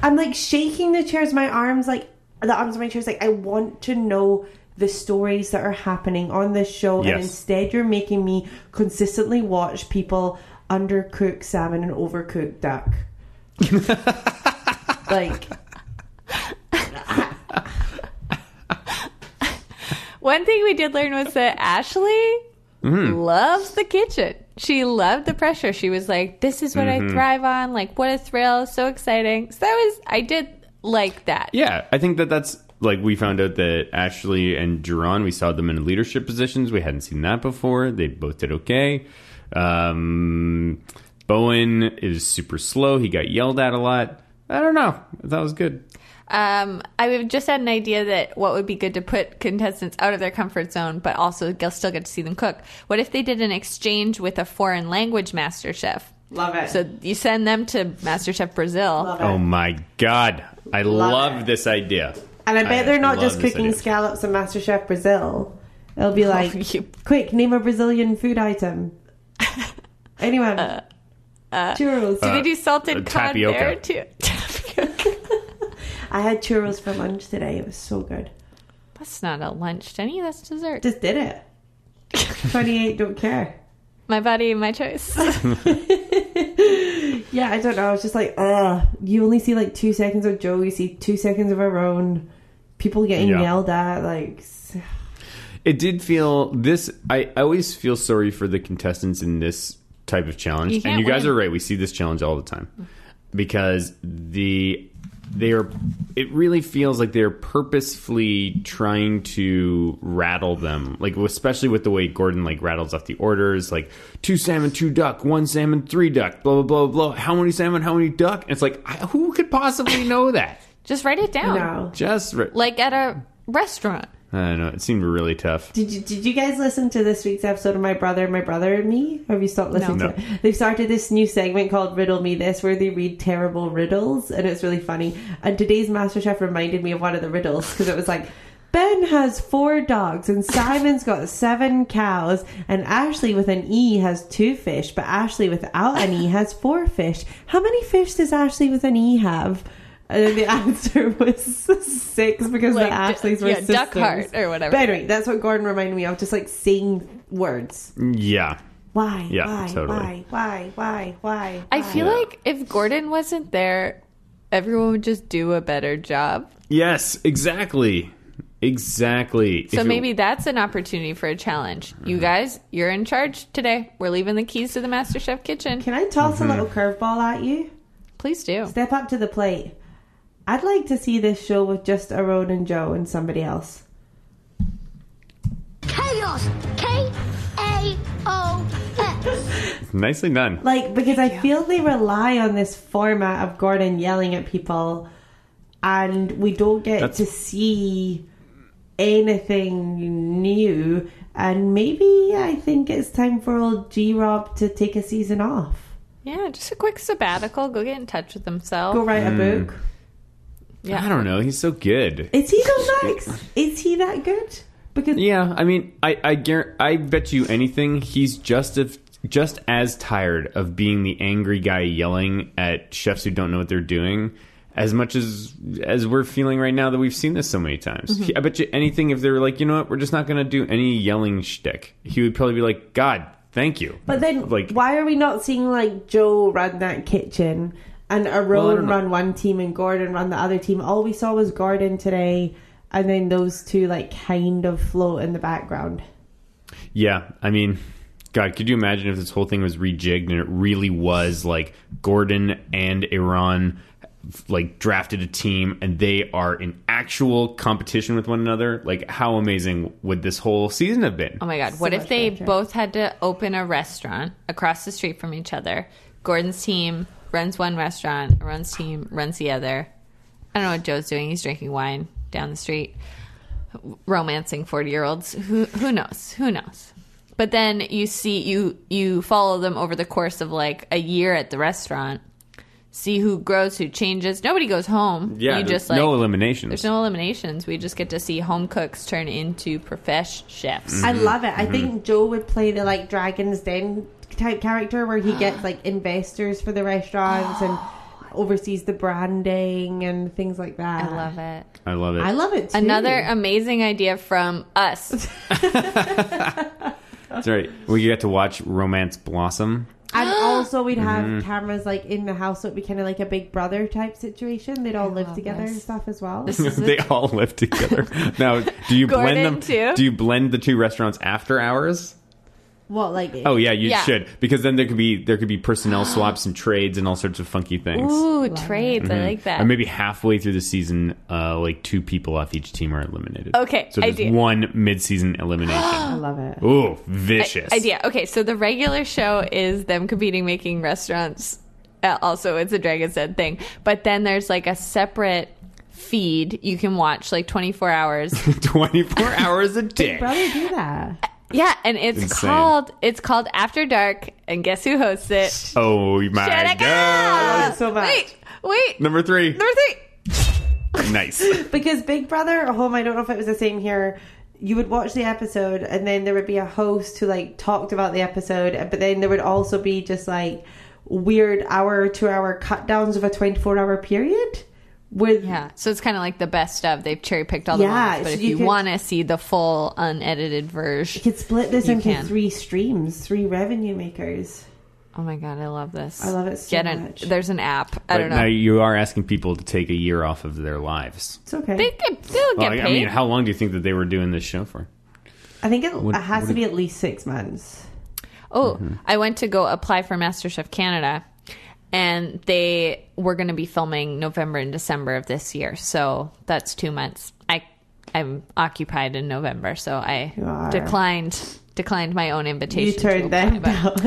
[SPEAKER 3] I'm like shaking the chairs, my arms like the arms of my chairs like I want to know the stories that are happening on this show and
[SPEAKER 1] Yes.
[SPEAKER 3] instead you're making me consistently watch people undercook salmon and overcook duck. like
[SPEAKER 2] One thing we did learn was that Ashley loves the kitchen. She loved the pressure. She was like, "This is what I thrive on. Like, what a thrill! So exciting!" So that was I did like that.
[SPEAKER 1] Yeah, I think that that's like we found out that Ashley and Duran, we saw them in leadership positions. We hadn't seen that before. They both did okay. Um, Bowen is super slow. He got yelled at a lot. I don't know. That was good.
[SPEAKER 2] Um, I would just had an idea that what would be good to put contestants out of their comfort zone, but also get- still get to see them cook. What if they did an exchange with a foreign language master chef?
[SPEAKER 3] love it.
[SPEAKER 2] So you send them to MasterChef Brazil.
[SPEAKER 3] love it.
[SPEAKER 1] Oh my god, I love,
[SPEAKER 3] it.
[SPEAKER 1] this idea.
[SPEAKER 3] and I bet
[SPEAKER 1] I
[SPEAKER 3] they're not
[SPEAKER 1] love
[SPEAKER 3] just
[SPEAKER 1] this
[SPEAKER 3] cooking
[SPEAKER 1] idea.
[SPEAKER 3] scallops and MasterChef Brazil. It'll be like,
[SPEAKER 2] you-
[SPEAKER 3] quick, name a Brazilian food item. Anyone? churros.
[SPEAKER 2] Do they do salted
[SPEAKER 1] uh,
[SPEAKER 2] cod
[SPEAKER 1] tapioca.
[SPEAKER 2] there too? Tapioca.
[SPEAKER 3] I had churros for lunch today. It was so good.
[SPEAKER 2] That's not a lunch, Jenny. That's dessert.
[SPEAKER 3] Just did it. 28, don't care.
[SPEAKER 2] My body, my choice.
[SPEAKER 3] Yeah, I don't know. I was just like, ugh. You only see like two seconds of Joe. You see two seconds of her own. People getting
[SPEAKER 1] Yeah.
[SPEAKER 3] yelled at. Like, s-
[SPEAKER 1] It did feel this. I, I always feel sorry for the contestants in this type of challenge,
[SPEAKER 2] You
[SPEAKER 1] and
[SPEAKER 2] can't
[SPEAKER 1] you guys
[SPEAKER 2] win.
[SPEAKER 1] are right. We see this challenge all the time because the they are. It really feels like they're purposefully trying to rattle them, like especially with the way Gordon like rattles off the orders, like two salmon, two duck, one salmon, three duck, blah blah blah blah. How many salmon? How many duck? And it's like I- who could possibly know that?
[SPEAKER 2] Just write it down,
[SPEAKER 3] no.
[SPEAKER 1] Just ri-
[SPEAKER 2] like at a restaurant.
[SPEAKER 1] I don't know. It seemed really tough.
[SPEAKER 3] Did you, did you guys listen to this week's episode of My Brother, My Brother and Me? Or have you stopped listening
[SPEAKER 1] No.
[SPEAKER 3] to
[SPEAKER 1] No.
[SPEAKER 3] it? They've started this new segment called Riddle Me This where they read terrible riddles and it's really funny. And today's MasterChef reminded me of one of the riddles because it was like, Ben has four dogs and Simon's got seven cows and Ashley with an E has two fish, but Ashley without an E has four fish. How many fish does Ashley with an E have? And then the answer was six because
[SPEAKER 2] Like,
[SPEAKER 3] the Ashleys were
[SPEAKER 2] yeah,
[SPEAKER 3] sisters.
[SPEAKER 2] duck heart or whatever.
[SPEAKER 3] But anyway, that's what Gordon reminded me of, just like saying words.
[SPEAKER 1] Yeah.
[SPEAKER 3] Why?
[SPEAKER 1] Yeah,
[SPEAKER 3] why,
[SPEAKER 1] totally.
[SPEAKER 3] why? Why? Why? Why?
[SPEAKER 2] I feel like if Gordon wasn't there, everyone would just do a better job.
[SPEAKER 1] Yes, exactly. Exactly.
[SPEAKER 2] So
[SPEAKER 1] If Mm-hmm. it-
[SPEAKER 2] maybe that's an opportunity for a challenge. You guys, you're in charge today. We're leaving the keys to the MasterChef kitchen.
[SPEAKER 3] Can I toss
[SPEAKER 1] Mm-hmm.
[SPEAKER 3] a little curveball at you?
[SPEAKER 2] Please do.
[SPEAKER 3] Step up to the plate. I'd like to see this show with just Aaron and Joe and somebody else.
[SPEAKER 5] Chaos. K A O S.
[SPEAKER 1] nicely done.
[SPEAKER 3] Like, because I feel they rely on this format of Gordon yelling at people, and we don't get
[SPEAKER 1] That's-
[SPEAKER 3] to see anything new. And maybe I think it's time for old G Rob to take a season off.
[SPEAKER 2] Yeah, just a quick sabbatical. Go get in touch with themselves.
[SPEAKER 3] Go write a book.
[SPEAKER 1] I don't know. He's so good.
[SPEAKER 3] Is he the Max? Is he that good? Because
[SPEAKER 1] Yeah, I mean, I I guarantee, I bet you anything, he's just if just as tired of being the angry guy yelling at chefs who don't know what they're doing as much as as we're feeling right now that we've seen this so many times. He- I bet you anything if they were like, you know what, we're just not going to do any yelling shtick. He would probably be like, God, Thank you.
[SPEAKER 3] But then,
[SPEAKER 1] like,
[SPEAKER 3] why are we not seeing like Joe run that kitchen and Aaron
[SPEAKER 1] don't know.
[SPEAKER 3] run one team and Gordon run the other team? All we saw was Gordon today, and then those two like kind of float in the background.
[SPEAKER 1] Yeah, I mean, God, could you imagine if this whole thing was rejigged and it really was like Gordon and Iran like drafted a team and they are in actual competition with one another? Like, how amazing would this whole season have been?
[SPEAKER 2] Oh my god, what if
[SPEAKER 3] much
[SPEAKER 2] they
[SPEAKER 3] better.
[SPEAKER 2] both had to open a restaurant across the street from each other? Gordon's team runs one restaurant, Aaron's team runs the other. I don't know what Joe's doing. He's drinking wine down the street, romancing 40-year-olds. Who who knows? Who knows? But then you see you you follow them over the course of like a year at the restaurant. See who grows, who changes. Nobody goes home.
[SPEAKER 1] yeah,
[SPEAKER 2] you
[SPEAKER 1] there's
[SPEAKER 2] just like
[SPEAKER 1] no eliminations.
[SPEAKER 2] there's no eliminations. We just get to see home cooks turn into profesh chefs.
[SPEAKER 3] I
[SPEAKER 1] Mm-hmm.
[SPEAKER 3] love it. I think Joe would play the like Dragon's Den type character where he gets like investors for the restaurants and oversees the branding and things like that.
[SPEAKER 2] I love it.
[SPEAKER 1] I love it.
[SPEAKER 3] I love it. Too.
[SPEAKER 2] Another amazing idea from us.
[SPEAKER 1] Sorry, we get to watch romance blossom.
[SPEAKER 3] And also, we'd have cameras like in the house, so it'd be kind of like a Big Brother type situation. They'd all live
[SPEAKER 2] love
[SPEAKER 3] together
[SPEAKER 2] this.
[SPEAKER 3] and stuff as well.
[SPEAKER 2] This is
[SPEAKER 1] they
[SPEAKER 2] a,
[SPEAKER 1] all live together. now, do you
[SPEAKER 2] Gordon,
[SPEAKER 1] blend them?
[SPEAKER 2] too.
[SPEAKER 1] Do you blend the two restaurants after hours?
[SPEAKER 3] What like?
[SPEAKER 1] Oh yeah, you
[SPEAKER 2] Yeah.
[SPEAKER 1] should because then there could be there could be personnel swaps and trades and all sorts of funky things.
[SPEAKER 2] ooh trades. I like that.
[SPEAKER 1] Or maybe halfway through the season, uh, like two people off each team are eliminated.
[SPEAKER 2] Okay,
[SPEAKER 1] so there's
[SPEAKER 2] idea.
[SPEAKER 1] one mid-season elimination.
[SPEAKER 3] I love it.
[SPEAKER 1] Ooh, vicious
[SPEAKER 2] idea. Okay, so the regular show is them competing, making restaurants. Uh, also, it's a Dragon's Den thing, but then there's like a separate feed you can watch like 24 hours.
[SPEAKER 1] Twenty-four hours a day.
[SPEAKER 3] Brother, do that.
[SPEAKER 2] yeah, and it's
[SPEAKER 1] Insane.
[SPEAKER 2] called it's called After Dark, and guess who hosts it?
[SPEAKER 1] Oh my
[SPEAKER 2] Jenica!
[SPEAKER 1] god!
[SPEAKER 3] so much.
[SPEAKER 2] Wait, wait,
[SPEAKER 1] Number three.
[SPEAKER 2] number three.
[SPEAKER 1] nice.
[SPEAKER 3] Because Big Brother at home, I don't know if it was the same here. You would watch the episode, and then there would be a host who like talked about the episode, but then there would also be just like weird hour, two hour cut downs of a twenty four hour period. With
[SPEAKER 2] Yeah, so it's kind of like the best of. They've cherry picked all the
[SPEAKER 3] Yeah,
[SPEAKER 2] ones, but
[SPEAKER 3] so
[SPEAKER 2] if
[SPEAKER 3] you
[SPEAKER 2] you
[SPEAKER 3] could-
[SPEAKER 2] want to see the full unedited version,
[SPEAKER 3] you could split this into
[SPEAKER 2] can.
[SPEAKER 3] three streams, three revenue makers.
[SPEAKER 2] oh my god, I love this. I
[SPEAKER 3] love it so
[SPEAKER 2] Get an,
[SPEAKER 3] much.
[SPEAKER 2] There's an app. I
[SPEAKER 1] But
[SPEAKER 2] don't know.
[SPEAKER 1] now you are asking people to take a year off of their lives.
[SPEAKER 3] It's okay.
[SPEAKER 2] they could still
[SPEAKER 1] Well,
[SPEAKER 2] get
[SPEAKER 1] I,
[SPEAKER 2] paid.
[SPEAKER 1] I mean, how long do you think that they were doing this show for?
[SPEAKER 3] I think it,
[SPEAKER 1] What-
[SPEAKER 3] it has
[SPEAKER 1] what
[SPEAKER 3] to be at least six months.
[SPEAKER 2] oh,
[SPEAKER 1] Mm-hmm.
[SPEAKER 2] I went to go apply for MasterChef Canada, and they were going to be filming November and December of this year. So that's two months. I I'm occupied in November, so I
[SPEAKER 3] are.
[SPEAKER 2] declined declined my own invitation.
[SPEAKER 3] You
[SPEAKER 2] to
[SPEAKER 3] turned
[SPEAKER 2] apply,
[SPEAKER 3] them
[SPEAKER 2] but-
[SPEAKER 1] Mm.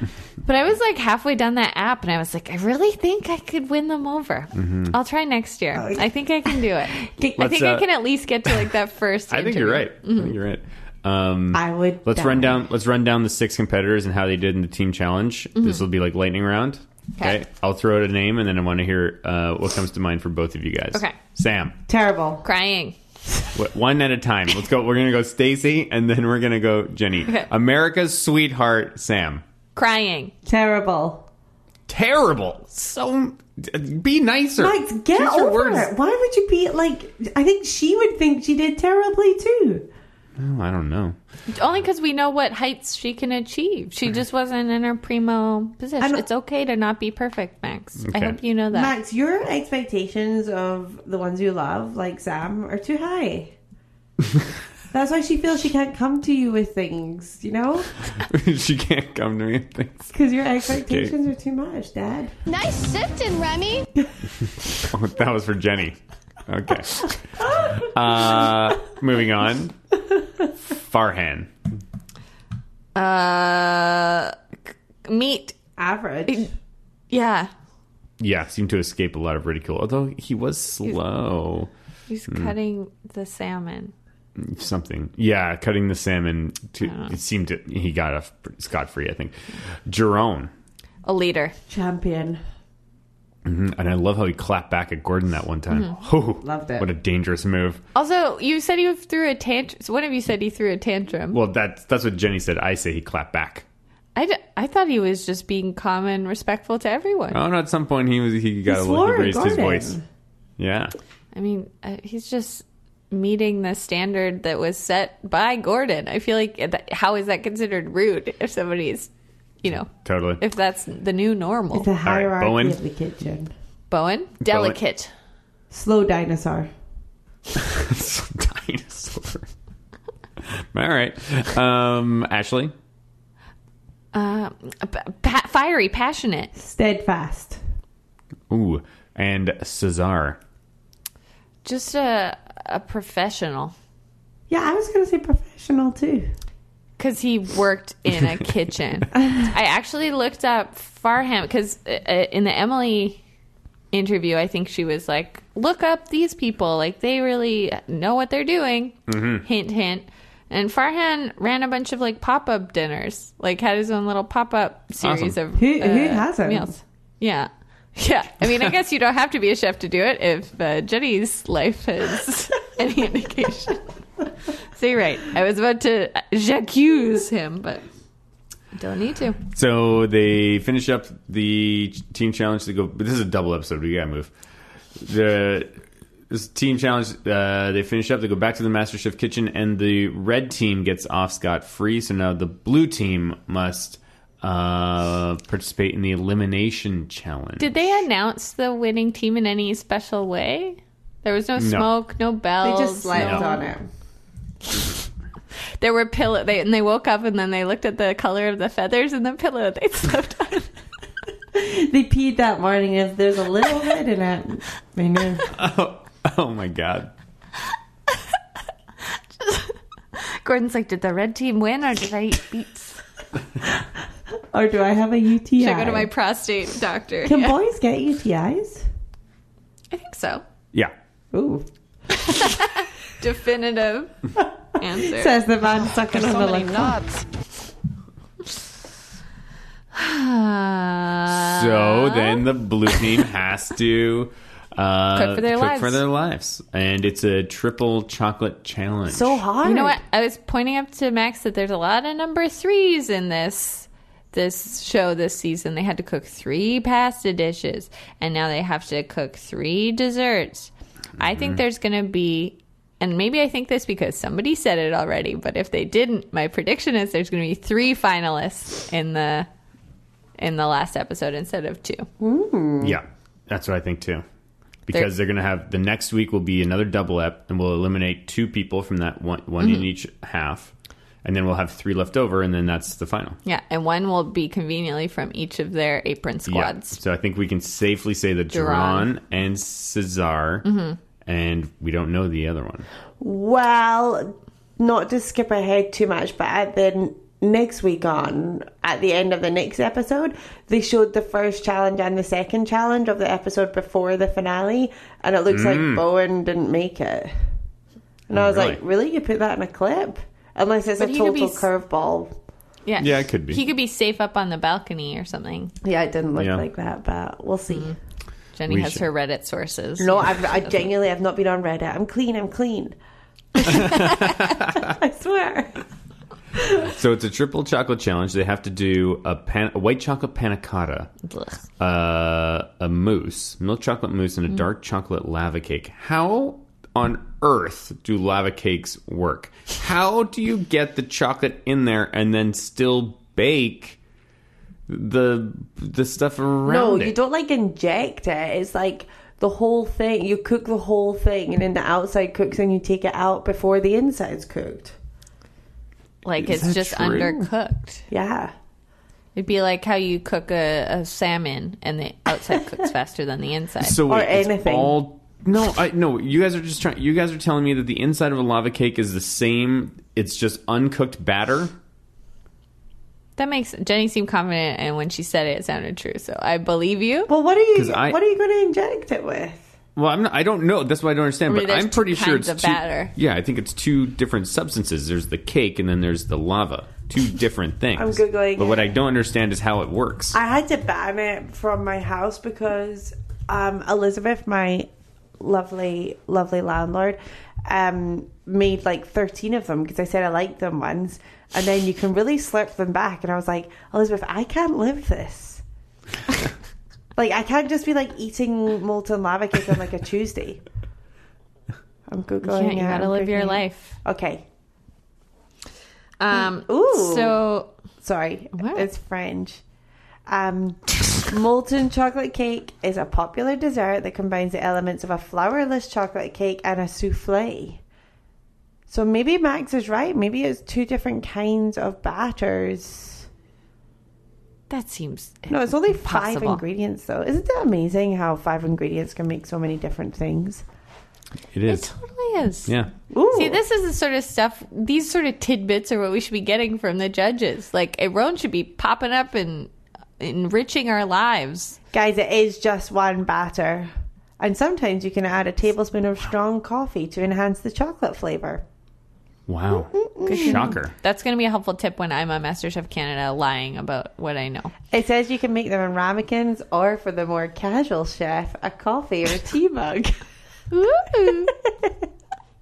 [SPEAKER 3] down.
[SPEAKER 2] But I was like halfway down that app, and I was like, I really think I could win them over. I'll try next year. I think I Oh, can do it. I
[SPEAKER 1] Mm-hmm. Let's,
[SPEAKER 2] think
[SPEAKER 1] uh,
[SPEAKER 2] I can at least get to like that first.
[SPEAKER 1] I think you're
[SPEAKER 2] interview.
[SPEAKER 1] right. I think you're right. Um,
[SPEAKER 3] I would.
[SPEAKER 1] let's
[SPEAKER 3] die.
[SPEAKER 1] run down. Let's run down the six competitors and how they did in the team challenge. This will be like lightning round.
[SPEAKER 2] Okay.
[SPEAKER 1] I'll throw out a name, and then I want to hear uh, what comes to mind for both of you guys.
[SPEAKER 2] Okay.
[SPEAKER 1] Sam,
[SPEAKER 3] Terrible.
[SPEAKER 2] Crying.
[SPEAKER 1] wh- one at a time. Let's go. We're gonna go Stacy, and then we're gonna go Jenny.
[SPEAKER 2] Okay.
[SPEAKER 1] America's sweetheart, Sam.
[SPEAKER 2] Crying.
[SPEAKER 3] Terrible.
[SPEAKER 1] Terrible. So be nicer.
[SPEAKER 3] Max, get
[SPEAKER 1] Choose your
[SPEAKER 3] over
[SPEAKER 1] words.
[SPEAKER 3] it. Why would you be like? I think she would think she did terribly too.
[SPEAKER 1] Oh, I don't know.
[SPEAKER 2] Only because we know what heights she can achieve. She just wasn't in her primo position.
[SPEAKER 3] I'm-
[SPEAKER 2] it's okay to not be perfect, Max.
[SPEAKER 1] Okay.
[SPEAKER 2] I hope you know that.
[SPEAKER 3] Max, your expectations of the ones you love, like Sam, are too high. That's why she feels she can't come to you with things, you know,
[SPEAKER 1] she can't come to me. with things.
[SPEAKER 3] because your expectations are too much, Dad.
[SPEAKER 5] Nice sifting, Remy.
[SPEAKER 1] Oh, that was for Jenny. Okay. Uh, moving on. Farhan.
[SPEAKER 2] Uh, c- meat.
[SPEAKER 3] Average.
[SPEAKER 2] Yeah.
[SPEAKER 1] Yeah, seemed to escape a lot of ridicule, although he was slow.
[SPEAKER 2] He's
[SPEAKER 1] Hmm.
[SPEAKER 2] cutting the salmon.
[SPEAKER 1] Something. Yeah, cutting the salmon. To, it seemed to, he got off scot free, I think. Jerome.
[SPEAKER 2] A leader.
[SPEAKER 3] Champion.
[SPEAKER 1] Mm-hmm, And I love how he clapped back at Gordon that one time. Oh,
[SPEAKER 3] Mm-hmm. Loved it. Oh.
[SPEAKER 1] What a dangerous move.
[SPEAKER 2] Also, you said he threw a tantrum. So one of you said he threw a tantrum.
[SPEAKER 1] Well, that's, that's what Jenny said. I say he clapped back.
[SPEAKER 2] I, d- I thought he was just being calm and respectful to everyone.
[SPEAKER 1] Oh, no, at some point he was he got a little,
[SPEAKER 3] swore
[SPEAKER 1] he
[SPEAKER 3] at
[SPEAKER 1] raised his
[SPEAKER 3] Gordon.
[SPEAKER 1] voice. Yeah.
[SPEAKER 2] I mean, uh, he's just meeting the standard that was set by Gordon. I feel like that, how is that considered rude if somebody's, you know,
[SPEAKER 1] Totally.
[SPEAKER 2] if that's the new normal?
[SPEAKER 3] The hierarchy
[SPEAKER 1] Bowen.
[SPEAKER 3] of the kitchen.
[SPEAKER 2] Bowen, delicate.
[SPEAKER 3] Slow dinosaur.
[SPEAKER 1] Dinosaur. All right. Um, Ashley.
[SPEAKER 2] Uh, p- pa- fiery, passionate.
[SPEAKER 3] Steadfast.
[SPEAKER 1] Ooh. And Cesar.
[SPEAKER 2] Just a a professional
[SPEAKER 3] Yeah, I was going to say professional too.
[SPEAKER 2] because he worked in a kitchen. I actually looked up Farham because uh, in the Emily interview, I think she was like, "Look up these people; like they really know what they're doing." Hint, hint. And Farhan ran a bunch of like pop up dinners, like had his own little pop up series
[SPEAKER 1] Awesome.
[SPEAKER 2] of
[SPEAKER 3] Who- who
[SPEAKER 2] uh,
[SPEAKER 3] hasn't?
[SPEAKER 2] meals. Yeah. Yeah, I mean, I guess you don't have to be a chef to do it if uh, Jenny's life has any indication. So you're right. I was about to accuse him, but don't need to.
[SPEAKER 1] So they finish up the ch- team challenge. They go, but this is a double episode. We gotta move. The this team challenge. Uh, they finish up. They go back to the Master Chef kitchen, and the red team gets off scot free. So now the blue team must uh, participate in the elimination challenge.
[SPEAKER 2] Did they announce the winning team in any special way? There was no smoke, no
[SPEAKER 3] They
[SPEAKER 2] bells.
[SPEAKER 3] just slept
[SPEAKER 1] no.
[SPEAKER 3] on it.
[SPEAKER 2] There were pillow. They and they woke up and then they looked at the color of the feathers in the pillow they slept on.
[SPEAKER 3] They peed that morning. If there's a little bit in it, they knew.
[SPEAKER 1] oh my god!
[SPEAKER 2] Gordon's like, did the red team win or did I eat beets?
[SPEAKER 3] Or do I have a UTI?
[SPEAKER 2] Should I go to my prostate doctor?
[SPEAKER 3] Can
[SPEAKER 2] Yeah,
[SPEAKER 3] boys get UTIs?
[SPEAKER 2] I think so.
[SPEAKER 1] Yeah,
[SPEAKER 3] Ooh.
[SPEAKER 2] Definitive answer.
[SPEAKER 3] Says the man sucking on the lip.
[SPEAKER 2] Uh,
[SPEAKER 1] So then the blue team has to uh,
[SPEAKER 2] Cook for their lives.
[SPEAKER 1] for their lives, and it's a triple chocolate challenge.
[SPEAKER 3] So hard.
[SPEAKER 2] You know what? I was pointing up to Max that there's a lot of number threes in this this show this season. They had to cook three pasta dishes, and now they have to cook three desserts. I think there's going to be, and maybe I think this because somebody said it already. But if they didn't, my prediction is there's going to be three finalists in the in the last episode instead of two.
[SPEAKER 1] Yeah, that's what I think too. Because they're, going to have the next week will be another double ep, and we'll eliminate two people from that one, one in each half, and then we'll have three left over, and then that's the final.
[SPEAKER 2] Yeah, and one will be conveniently from each of their apron squads.
[SPEAKER 1] So I think we can safely say that
[SPEAKER 2] Duran.
[SPEAKER 1] Duran and Cesar, and we don't know the other one.
[SPEAKER 3] Well, not to skip ahead too much, but at the n- next week on, at the end of the next episode, they showed the first challenge and the second challenge of the episode before the finale, and it looks like Bowen didn't make it. And I was
[SPEAKER 1] Mm. really?
[SPEAKER 3] like, really? You put that in a clip? Unless it's
[SPEAKER 2] But
[SPEAKER 3] a
[SPEAKER 2] he could
[SPEAKER 3] total
[SPEAKER 2] be s-
[SPEAKER 3] curveball.
[SPEAKER 2] Yeah,
[SPEAKER 1] Yeah, it could be.
[SPEAKER 2] He could be safe up on the balcony or something.
[SPEAKER 3] Yeah, it didn't look
[SPEAKER 1] Yeah.
[SPEAKER 3] like that, but we'll see.
[SPEAKER 2] Jenny
[SPEAKER 1] We
[SPEAKER 2] has
[SPEAKER 1] should-
[SPEAKER 2] her Reddit sources.
[SPEAKER 3] No, I've, I genuinely have not been on Reddit. I'm clean. I'm clean. I swear.
[SPEAKER 1] So it's a triple chocolate challenge. They have to do a, pan, a white chocolate panna cotta,
[SPEAKER 2] Ugh.
[SPEAKER 1] uh, a mousse, milk chocolate mousse,
[SPEAKER 3] Mm.
[SPEAKER 1] and a dark chocolate lava cake. How on earth do lava cakes work? How do you get the chocolate in there and then still bake the the stuff around
[SPEAKER 3] No,
[SPEAKER 1] it?
[SPEAKER 3] you don't like inject it. It's like the whole thing. You cook the whole thing, and then the outside cooks, and you take it out before the inside's cooked.
[SPEAKER 2] Like
[SPEAKER 1] Is
[SPEAKER 2] it's
[SPEAKER 1] that
[SPEAKER 2] just
[SPEAKER 1] true?
[SPEAKER 2] undercooked.
[SPEAKER 3] Yeah.
[SPEAKER 2] It'd be like how you cook a, a salmon and the outside cooks faster than the inside.
[SPEAKER 1] So
[SPEAKER 3] Or
[SPEAKER 1] wait, it's
[SPEAKER 3] anything.
[SPEAKER 1] all no, I no. You guys are just trying. You guys are telling me that the inside of a lava cake is the same. It's just uncooked batter.
[SPEAKER 2] that makes Jenny seem confident, and when she said it, it sounded true. So I believe you.
[SPEAKER 3] Well, what are you?
[SPEAKER 1] 'Cause I-
[SPEAKER 3] what are you going to inject it with?
[SPEAKER 1] Well, I'm not, I don't know. That's what I don't understand.
[SPEAKER 2] I mean,
[SPEAKER 1] but
[SPEAKER 2] there's
[SPEAKER 1] I'm pretty
[SPEAKER 2] two
[SPEAKER 1] sure
[SPEAKER 2] kinds
[SPEAKER 1] it's
[SPEAKER 2] of
[SPEAKER 1] two,
[SPEAKER 2] batter.
[SPEAKER 1] Yeah, I think it's two different substances. There's the cake, and then there's the lava. Two different things.
[SPEAKER 3] I'm Googling
[SPEAKER 1] But what
[SPEAKER 3] it.
[SPEAKER 1] I don't understand is how it works.
[SPEAKER 3] I had to ban it from my house because um, Elizabeth, my lovely, lovely landlord, um, made like 13 of them because I said I liked them once. And then you can really slurp them back. And I was like, Elizabeth, I can't live this. like, I can't just be like eating molten lava cake on like a Tuesday. I'm googling.
[SPEAKER 2] Yeah, you
[SPEAKER 3] it,
[SPEAKER 2] gotta
[SPEAKER 3] I'm
[SPEAKER 2] live your
[SPEAKER 3] googling it.
[SPEAKER 2] life.
[SPEAKER 3] Okay,
[SPEAKER 2] Um,
[SPEAKER 3] Hmm. Ooh.
[SPEAKER 2] So
[SPEAKER 3] sorry,
[SPEAKER 2] Wow.
[SPEAKER 3] it's French. Um, molten chocolate cake is a popular dessert that combines the elements of a flourless chocolate cake and a souffle. So maybe Max is right. Maybe it's two different kinds of batters.
[SPEAKER 2] that seems
[SPEAKER 3] No, it's only five
[SPEAKER 2] Possible.
[SPEAKER 3] ingredients, though. Isn't that amazing how five ingredients can make so many different things?
[SPEAKER 1] It
[SPEAKER 2] It
[SPEAKER 1] is.
[SPEAKER 2] totally is.
[SPEAKER 1] Yeah.
[SPEAKER 3] Ooh.
[SPEAKER 2] See, this is the sort of stuff. These sort of tidbits are what we should be getting from the judges. Like, Aaron should be popping up and enriching our lives.
[SPEAKER 3] Guys, it is just one batter. And sometimes you can add a tablespoon of strong coffee to enhance the chocolate flavor.
[SPEAKER 1] Wow. Shocker.
[SPEAKER 2] That's going to be a helpful tip when I'm on MasterChef Canada, lying about what I know.
[SPEAKER 3] It says you can make them in ramekins or, for the more casual chef, a coffee or a tea mug.
[SPEAKER 2] Ooh.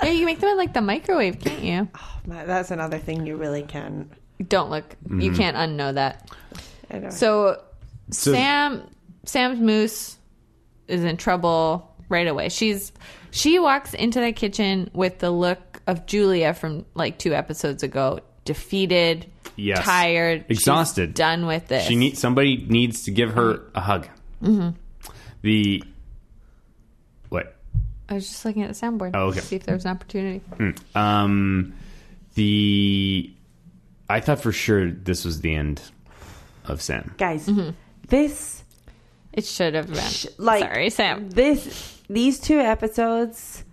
[SPEAKER 2] yeah, you can make them in like the microwave, can't you?
[SPEAKER 3] Man, That's another thing you really can.
[SPEAKER 2] Don't look. You can't unknow that.
[SPEAKER 3] I don't
[SPEAKER 2] So,
[SPEAKER 1] So-
[SPEAKER 2] Sam, Sam's moose is in trouble right away. She's she walks into the kitchen with the look of Julia from like two episodes ago, defeated,
[SPEAKER 1] Yes.
[SPEAKER 2] tired, She's
[SPEAKER 1] Exhausted.
[SPEAKER 2] done with this.
[SPEAKER 1] She needs somebody needs to give her a hug. Mm-hmm. The what?
[SPEAKER 2] I was just looking at the soundboard.
[SPEAKER 1] Oh, okay.
[SPEAKER 2] to See if there was an opportunity.
[SPEAKER 1] Um, the I thought for sure this was the end of Sam.
[SPEAKER 3] Guys, this,
[SPEAKER 2] It should have been.
[SPEAKER 3] like,
[SPEAKER 2] Sorry, Sam.
[SPEAKER 3] this, these two episodes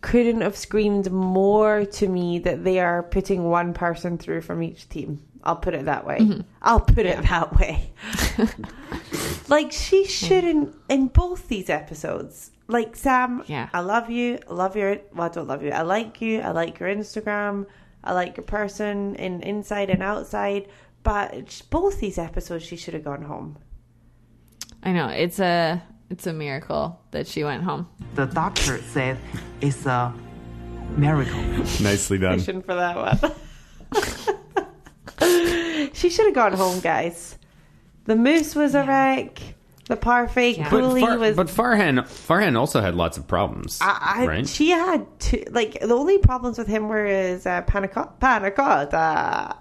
[SPEAKER 3] couldn't have screamed more to me that they are putting one person through from each team. I'll put it that way. I'll put it that way. like she shouldn't in both these episodes. Like Sam,
[SPEAKER 2] Yeah.
[SPEAKER 3] I love you. I love your well, I don't love you. I like you. I like your Instagram. I like your person in inside and outside. But it's- both these episodes, she should have gone home.
[SPEAKER 2] I know it's a it's a miracle that she went home.
[SPEAKER 4] The doctor said it's a miracle.
[SPEAKER 1] Nicely done.
[SPEAKER 3] Shouldn't for that one. she should have gone home, guys. The moose was a wreck. The parfait
[SPEAKER 1] But,
[SPEAKER 3] coolie
[SPEAKER 1] Far-
[SPEAKER 3] was
[SPEAKER 1] but Farhan Farhan also had lots of problems.
[SPEAKER 3] I,
[SPEAKER 1] right?
[SPEAKER 3] She had two. Like the only problems with him were his uh, panacotta. panacotta.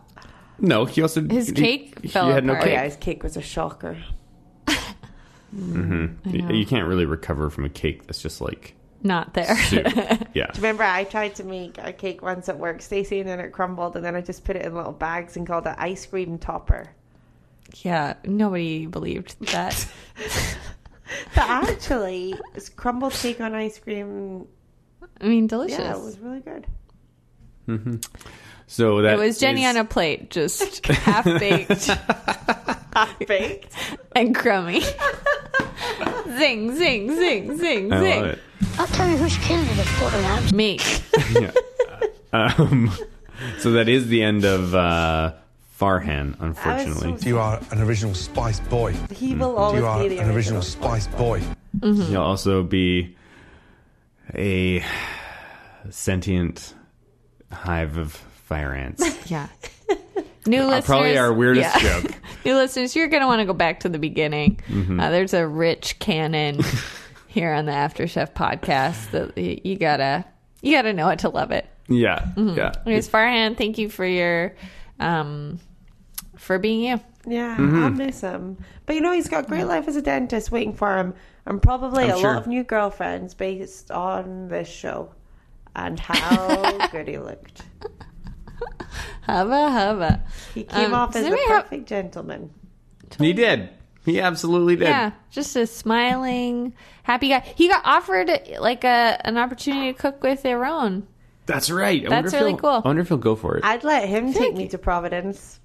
[SPEAKER 1] no, he also
[SPEAKER 2] His
[SPEAKER 1] he-
[SPEAKER 2] cake
[SPEAKER 1] He,
[SPEAKER 2] fell
[SPEAKER 1] had no
[SPEAKER 2] apart.
[SPEAKER 1] cake.
[SPEAKER 3] oh, Yeah, his cake was a shocker.
[SPEAKER 2] Oh,
[SPEAKER 1] You- You can't really recover from a cake that's just like
[SPEAKER 2] Not there.
[SPEAKER 1] soup. yeah.
[SPEAKER 3] Remember, I tried to make a cake once at work, Stacey, and then it crumbled, and then I just put it in little bags and called it ice cream topper.
[SPEAKER 2] yeah, nobody believed that.
[SPEAKER 3] But actually, it's crumbled cake on ice cream.
[SPEAKER 2] I mean, delicious.
[SPEAKER 3] Yeah, it was really good.
[SPEAKER 1] So that
[SPEAKER 2] It was Jenny
[SPEAKER 1] is-
[SPEAKER 2] on a plate, just half baked
[SPEAKER 3] Baked.
[SPEAKER 2] and crummy. zing, zing, zing, zing,
[SPEAKER 1] I
[SPEAKER 2] zing.
[SPEAKER 1] love it.
[SPEAKER 5] I'll tell you who's killed the photo lab.
[SPEAKER 2] Me.
[SPEAKER 1] Um, so that is the end of uh, Farhan, unfortunately.
[SPEAKER 6] You are an original Spice Boy.
[SPEAKER 3] He
[SPEAKER 2] Mm.
[SPEAKER 3] will
[SPEAKER 8] Oh,
[SPEAKER 3] always
[SPEAKER 6] You are
[SPEAKER 3] be the
[SPEAKER 6] an
[SPEAKER 3] original.
[SPEAKER 6] original Spice Boy.
[SPEAKER 1] He'll also be a sentient hive of fire ants.
[SPEAKER 2] Yeah. New listeners.
[SPEAKER 1] Uh, Probably our weirdest
[SPEAKER 2] yeah.
[SPEAKER 1] joke. Mm-hmm.
[SPEAKER 2] New listeners, you're going to want to go back to the beginning. Uh, there's a rich canon here on the After Chef podcast that y- you gotta you gotta know it to love it.
[SPEAKER 1] Yeah,
[SPEAKER 2] Mm-hmm.
[SPEAKER 1] yeah.
[SPEAKER 2] Anyways, Farhan, thank you for your um for being you.
[SPEAKER 3] Yeah,
[SPEAKER 2] Mm-hmm.
[SPEAKER 3] I'll miss him. But you know, he's got a
[SPEAKER 2] Mm.
[SPEAKER 3] great life as a dentist waiting for him, and probably
[SPEAKER 1] I'm
[SPEAKER 3] a
[SPEAKER 1] sure.
[SPEAKER 3] lot of new girlfriends based on this show and how good he looked.
[SPEAKER 2] Hava hava.
[SPEAKER 3] He came
[SPEAKER 2] Um,
[SPEAKER 3] off
[SPEAKER 2] does
[SPEAKER 3] as a
[SPEAKER 2] anybody have-
[SPEAKER 3] perfect gentleman.
[SPEAKER 1] He did. He absolutely did.
[SPEAKER 2] Yeah, just a smiling, happy guy. He got offered like a an opportunity to cook with Aaron.
[SPEAKER 1] That's right. I wonder
[SPEAKER 2] That's
[SPEAKER 1] if
[SPEAKER 2] really
[SPEAKER 1] he'll-
[SPEAKER 2] cool.
[SPEAKER 1] I wonder if he'll go for it.
[SPEAKER 3] I'd let him take
[SPEAKER 2] Thank
[SPEAKER 3] me
[SPEAKER 2] you.
[SPEAKER 3] to Providence.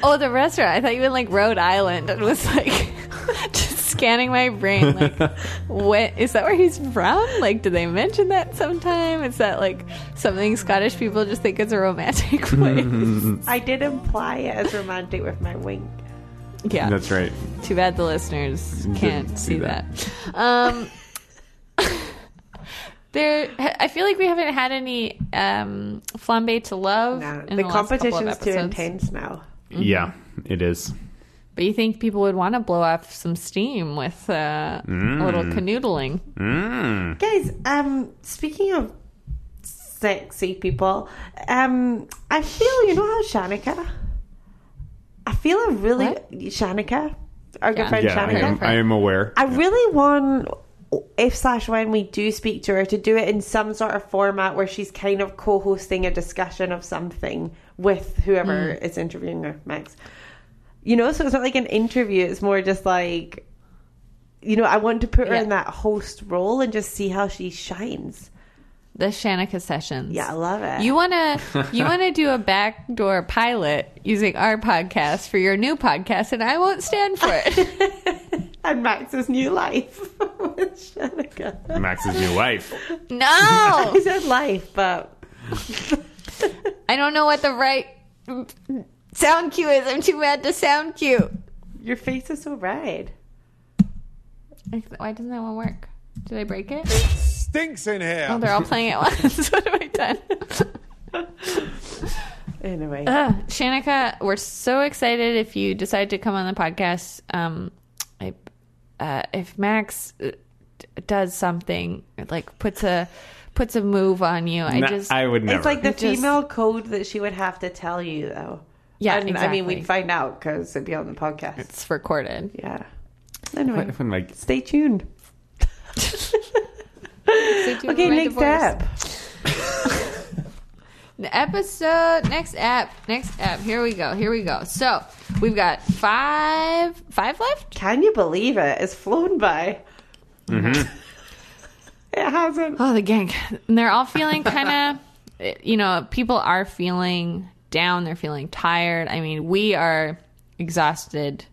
[SPEAKER 2] Oh, the restaurant. I thought you meant like Rhode Island, and was like just scanning my brain. Like, what is that? Where he's from? Like, did they mention that sometime? Is that like something Scottish people just think it's a romantic place?
[SPEAKER 3] I did imply it as romantic with my wink.
[SPEAKER 2] yeah,
[SPEAKER 1] That's right.
[SPEAKER 2] Too bad the listeners can't see,
[SPEAKER 1] see
[SPEAKER 2] that.
[SPEAKER 1] that.
[SPEAKER 2] Um, there, I feel like we haven't had any um, flambe to love.
[SPEAKER 3] No,
[SPEAKER 2] in
[SPEAKER 3] the
[SPEAKER 2] last couple of
[SPEAKER 3] competition's too
[SPEAKER 2] episodes.
[SPEAKER 3] intense now.
[SPEAKER 1] Yeah, it is.
[SPEAKER 2] But you think people would want to blow off some steam with uh, a little canoodling?
[SPEAKER 1] Mm.
[SPEAKER 3] Guys, um, speaking of sexy people, um, I feel you know how Shanika. I feel I really
[SPEAKER 2] What?
[SPEAKER 3] Shanika, our good
[SPEAKER 2] Yeah.
[SPEAKER 3] friend
[SPEAKER 1] Yeah, I
[SPEAKER 3] Shanika.
[SPEAKER 1] am, I am aware.
[SPEAKER 3] I really want if slash when we do speak to her to do it in some sort of format where she's kind of co-hosting a discussion of something with whoever
[SPEAKER 2] Mm.
[SPEAKER 3] is interviewing her, Max. You know, so it's not like an interview; it's more just like, you know, I want to put her
[SPEAKER 2] Yeah.
[SPEAKER 3] in that host role and just see how she shines.
[SPEAKER 2] The Shanika sessions.
[SPEAKER 3] Yeah, I love it.
[SPEAKER 2] You wanna you wanna do a backdoor pilot using our podcast for your new podcast, and I won't stand for it.
[SPEAKER 3] and Max's new life with Shanika.
[SPEAKER 1] Max's new wife.
[SPEAKER 2] no,
[SPEAKER 3] I said life, but
[SPEAKER 2] I don't know what the right sound cue is. I'm too mad to sound cue.
[SPEAKER 3] your face is so red.
[SPEAKER 2] Why doesn't that one work? Did I break it?
[SPEAKER 6] Stinks in here.
[SPEAKER 2] Oh, they're all playing at once. what have I done?
[SPEAKER 3] Anyway,
[SPEAKER 2] Uh, Shanika, we're so excited if you decide to come on the podcast. Um, I, uh, if Max uh, d- does something like puts a puts a move on you, I
[SPEAKER 1] Nah,
[SPEAKER 2] just
[SPEAKER 1] I would never.
[SPEAKER 3] it's like the
[SPEAKER 2] Just-
[SPEAKER 3] female code that she would have to tell you, though.
[SPEAKER 2] yeah.
[SPEAKER 3] and I mean, we'd
[SPEAKER 2] exactly.
[SPEAKER 3] find out because it'd be on the podcast.
[SPEAKER 2] it's recorded.
[SPEAKER 3] Yeah. Anyway,
[SPEAKER 1] What if I'm like,
[SPEAKER 3] stay tuned. Okay, next
[SPEAKER 2] app.
[SPEAKER 3] up.
[SPEAKER 2] The episode next app next app. Here we go. Here we go. So we've got five five left.
[SPEAKER 3] Can you believe it? It's flown by.
[SPEAKER 1] Mm-hmm.
[SPEAKER 3] it hasn't.
[SPEAKER 2] Oh, the gang. And they're all feeling kind of, you know, people are feeling down. They're feeling tired. I mean, we are exhausted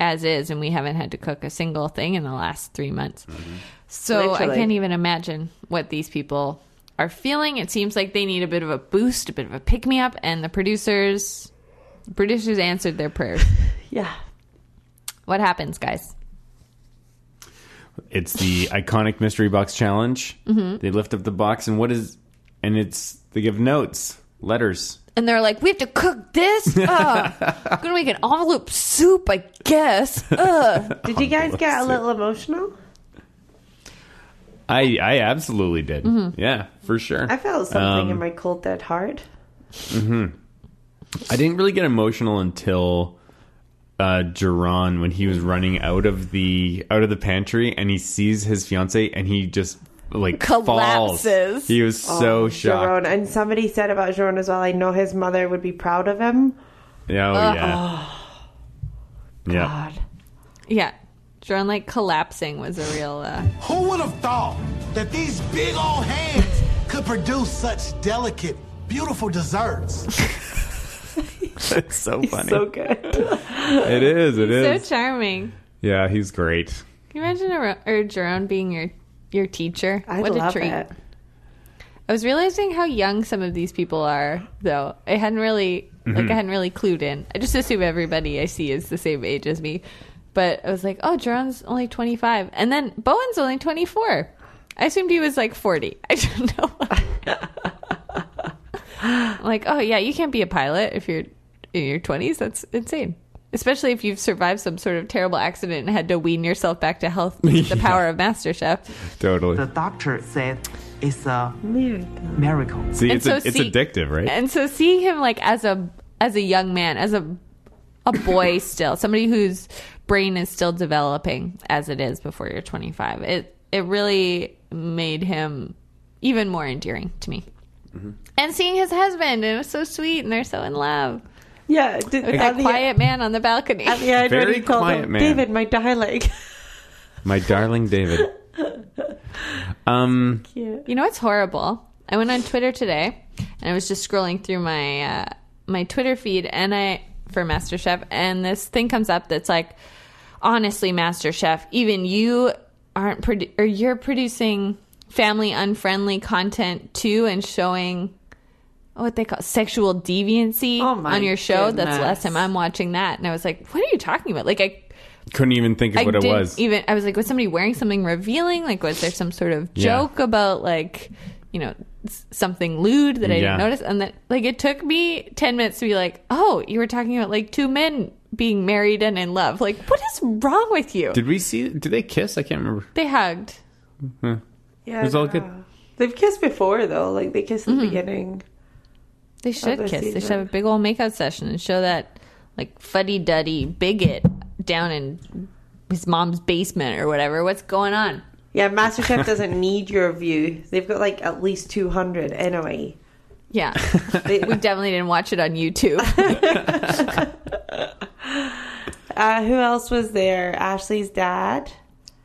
[SPEAKER 2] as is, and we haven't had to cook a single thing in the last three months. So I
[SPEAKER 3] Literally.
[SPEAKER 2] can't even imagine what these people are feeling. It seems like they need a bit of a boost, a bit of a pick me up, and the producers. the Producers answered their prayers.
[SPEAKER 3] Yeah.
[SPEAKER 2] What happens, guys?
[SPEAKER 1] it's the iconic mystery box challenge.
[SPEAKER 2] Mm-hmm.
[SPEAKER 1] They lift up the box, and what is, and it's, they give notes, letters.
[SPEAKER 2] and they're like, we have to cook this. Ugh. I'm gonna make an envelope soup, I guess. Ugh.
[SPEAKER 3] Did you guys get a
[SPEAKER 1] bless
[SPEAKER 3] little emotional?
[SPEAKER 1] I, I absolutely did.
[SPEAKER 2] Mm-hmm.
[SPEAKER 1] Yeah, for sure.
[SPEAKER 3] I felt something
[SPEAKER 1] Um,
[SPEAKER 3] in my cold dead heart.
[SPEAKER 1] I didn't really get emotional until uh Duran when he was running out of the out of the pantry and he sees his fiance and he just like
[SPEAKER 2] Collapses.
[SPEAKER 1] Falls. He was
[SPEAKER 3] Oh,
[SPEAKER 1] so shocked.
[SPEAKER 3] Jerome. And somebody said about Jerome as well, I know his mother would be proud of him.
[SPEAKER 1] Yeah, Oh yeah. Yeah.
[SPEAKER 3] God.
[SPEAKER 2] yeah, Jordan like collapsing was a real. Uh...
[SPEAKER 6] Who would have thought that these big old hands could produce such delicate, beautiful desserts?
[SPEAKER 1] That's so funny.
[SPEAKER 3] So good.
[SPEAKER 1] it is. It is.
[SPEAKER 2] So charming.
[SPEAKER 1] yeah, he's great.
[SPEAKER 2] Can you imagine a, or Jerome being your your teacher?
[SPEAKER 3] I
[SPEAKER 2] what
[SPEAKER 3] love
[SPEAKER 2] a treat!
[SPEAKER 3] it.
[SPEAKER 2] I was realizing how young some of these people are, though. I hadn't really like I hadn't really clued in. I just assume everybody I see is the same age as me. But I was like, oh, Jerome's only twenty five, and then Bowen's only twenty four. I assumed he was like forty. I don't know. why. I'm like, oh yeah, you can't be a pilot if you're in your twenties. That's insane. Especially if you've survived some sort of terrible accident and had to wean yourself back to health with the
[SPEAKER 1] Yeah.
[SPEAKER 2] power of MasterChef.
[SPEAKER 1] Totally.
[SPEAKER 4] The doctor said it's a
[SPEAKER 3] Miracle.
[SPEAKER 4] miracle.
[SPEAKER 1] See,
[SPEAKER 2] and
[SPEAKER 1] it's
[SPEAKER 2] so
[SPEAKER 1] a, it's
[SPEAKER 2] see-
[SPEAKER 1] addictive, right?
[SPEAKER 2] and so seeing him like as a as a young man as a a boy still somebody whose brain is still developing as it is before you're 25 it it really made him even more endearing to me and seeing his husband it was so sweet and they're so in love
[SPEAKER 3] Yeah. Did,
[SPEAKER 2] with that quiet man on the balcony
[SPEAKER 3] The, at the end, when
[SPEAKER 1] Very
[SPEAKER 3] he called
[SPEAKER 1] quiet
[SPEAKER 3] him,
[SPEAKER 1] man.
[SPEAKER 3] David, my dialect.
[SPEAKER 1] My darling David. Um
[SPEAKER 2] You know what's horrible? I went on Twitter today and I was just scrolling through my uh, my Twitter feed and I for MasterChef and this thing comes up that's like honestly MasterChef even you aren't produ- or you're producing family unfriendly content too and showing what they call sexual deviancy
[SPEAKER 3] Oh my
[SPEAKER 2] on your show that's
[SPEAKER 3] goodness.
[SPEAKER 2] the last time I'm watching that and I was like what are you talking about like I
[SPEAKER 1] couldn't even think of
[SPEAKER 2] I
[SPEAKER 1] what it
[SPEAKER 2] didn't e-
[SPEAKER 1] was.
[SPEAKER 2] Even I was like, was somebody wearing something revealing? Like, was there some sort of
[SPEAKER 1] Yeah.
[SPEAKER 2] joke about like, you know, s- something lewd that I
[SPEAKER 1] Yeah.
[SPEAKER 2] didn't notice? And then like, it took me ten minutes to be like, oh, you were talking about like two men being married and in love. Like, what is wrong with you?
[SPEAKER 1] Did we see? Did they kiss? I can't remember.
[SPEAKER 2] they hugged.
[SPEAKER 3] Yeah,
[SPEAKER 1] It was all good.
[SPEAKER 3] They've kissed before though, like they kissed at the beginning.
[SPEAKER 2] They should
[SPEAKER 3] the
[SPEAKER 2] kiss. They should
[SPEAKER 3] season.
[SPEAKER 2] have a big old makeout session and show that like fuddy duddy bigot down in his mom's basement or whatever. What's going on?
[SPEAKER 3] Yeah, MasterChef doesn't need your view. They've got like at least two hundred anyway.
[SPEAKER 2] Yeah, we definitely didn't watch it on YouTube.
[SPEAKER 3] Uh, who else was there? Ashley's dad.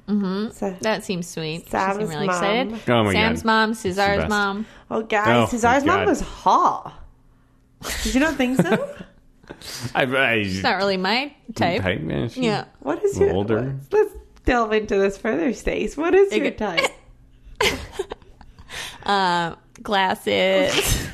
[SPEAKER 3] Mm-hmm.
[SPEAKER 2] That seems sweet.
[SPEAKER 3] Sam's
[SPEAKER 2] she seemed really
[SPEAKER 3] mom.
[SPEAKER 2] excited.
[SPEAKER 1] Oh my
[SPEAKER 2] Sam's
[SPEAKER 1] God.
[SPEAKER 2] mom,
[SPEAKER 1] It's the
[SPEAKER 2] Cesar's
[SPEAKER 1] best.
[SPEAKER 2] mom.
[SPEAKER 3] oh,
[SPEAKER 1] Oh,
[SPEAKER 3] guys,
[SPEAKER 1] my
[SPEAKER 3] Cesar's mom
[SPEAKER 1] God.
[SPEAKER 3] was hot. Did you not think so?
[SPEAKER 1] I, I,
[SPEAKER 2] It's not really my type.
[SPEAKER 1] Type, man, she-
[SPEAKER 2] Yeah.
[SPEAKER 3] What is your
[SPEAKER 1] Older.
[SPEAKER 3] Let's delve into this further, Stace. What is your
[SPEAKER 2] Okay.
[SPEAKER 3] type?
[SPEAKER 2] Um, glasses.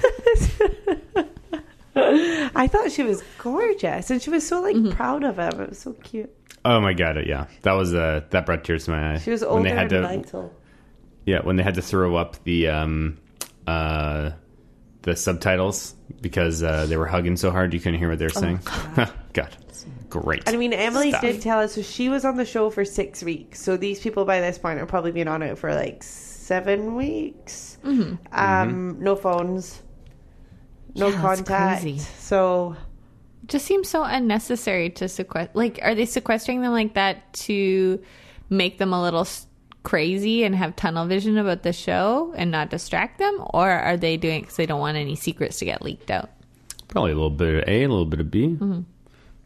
[SPEAKER 3] I thought she was gorgeous, and she was so
[SPEAKER 2] Mm-hmm.
[SPEAKER 3] like proud of him. It was so cute.
[SPEAKER 1] Oh my god! Yeah, that was uh, that brought tears to my eyes.
[SPEAKER 3] She was
[SPEAKER 1] When
[SPEAKER 3] older
[SPEAKER 1] they had
[SPEAKER 3] and
[SPEAKER 1] to-
[SPEAKER 3] vital.
[SPEAKER 1] Yeah, when they had to throw up the um, uh, the subtitles because uh, they were hugging so hard you couldn't hear what they were saying. God, it's great.
[SPEAKER 3] Oh I mean, Emily
[SPEAKER 1] Stuff.
[SPEAKER 3] did tell us so she was on the show for six weeks. So these people by this point have probably been on it for like seven weeks.
[SPEAKER 2] Mm-hmm.
[SPEAKER 3] Um,
[SPEAKER 1] Mm-hmm.
[SPEAKER 3] No phones, no
[SPEAKER 2] Yeah, that's
[SPEAKER 3] contact.
[SPEAKER 2] crazy.
[SPEAKER 3] So
[SPEAKER 2] Just seems so unnecessary to sequester. Like, are they sequestering them like that to make them a little s- crazy and have tunnel vision about the show and not distract them, or are they doing it because they don't want any secrets to get leaked out?
[SPEAKER 1] Probably a little bit of A, a little bit of B.
[SPEAKER 3] Mm-hmm.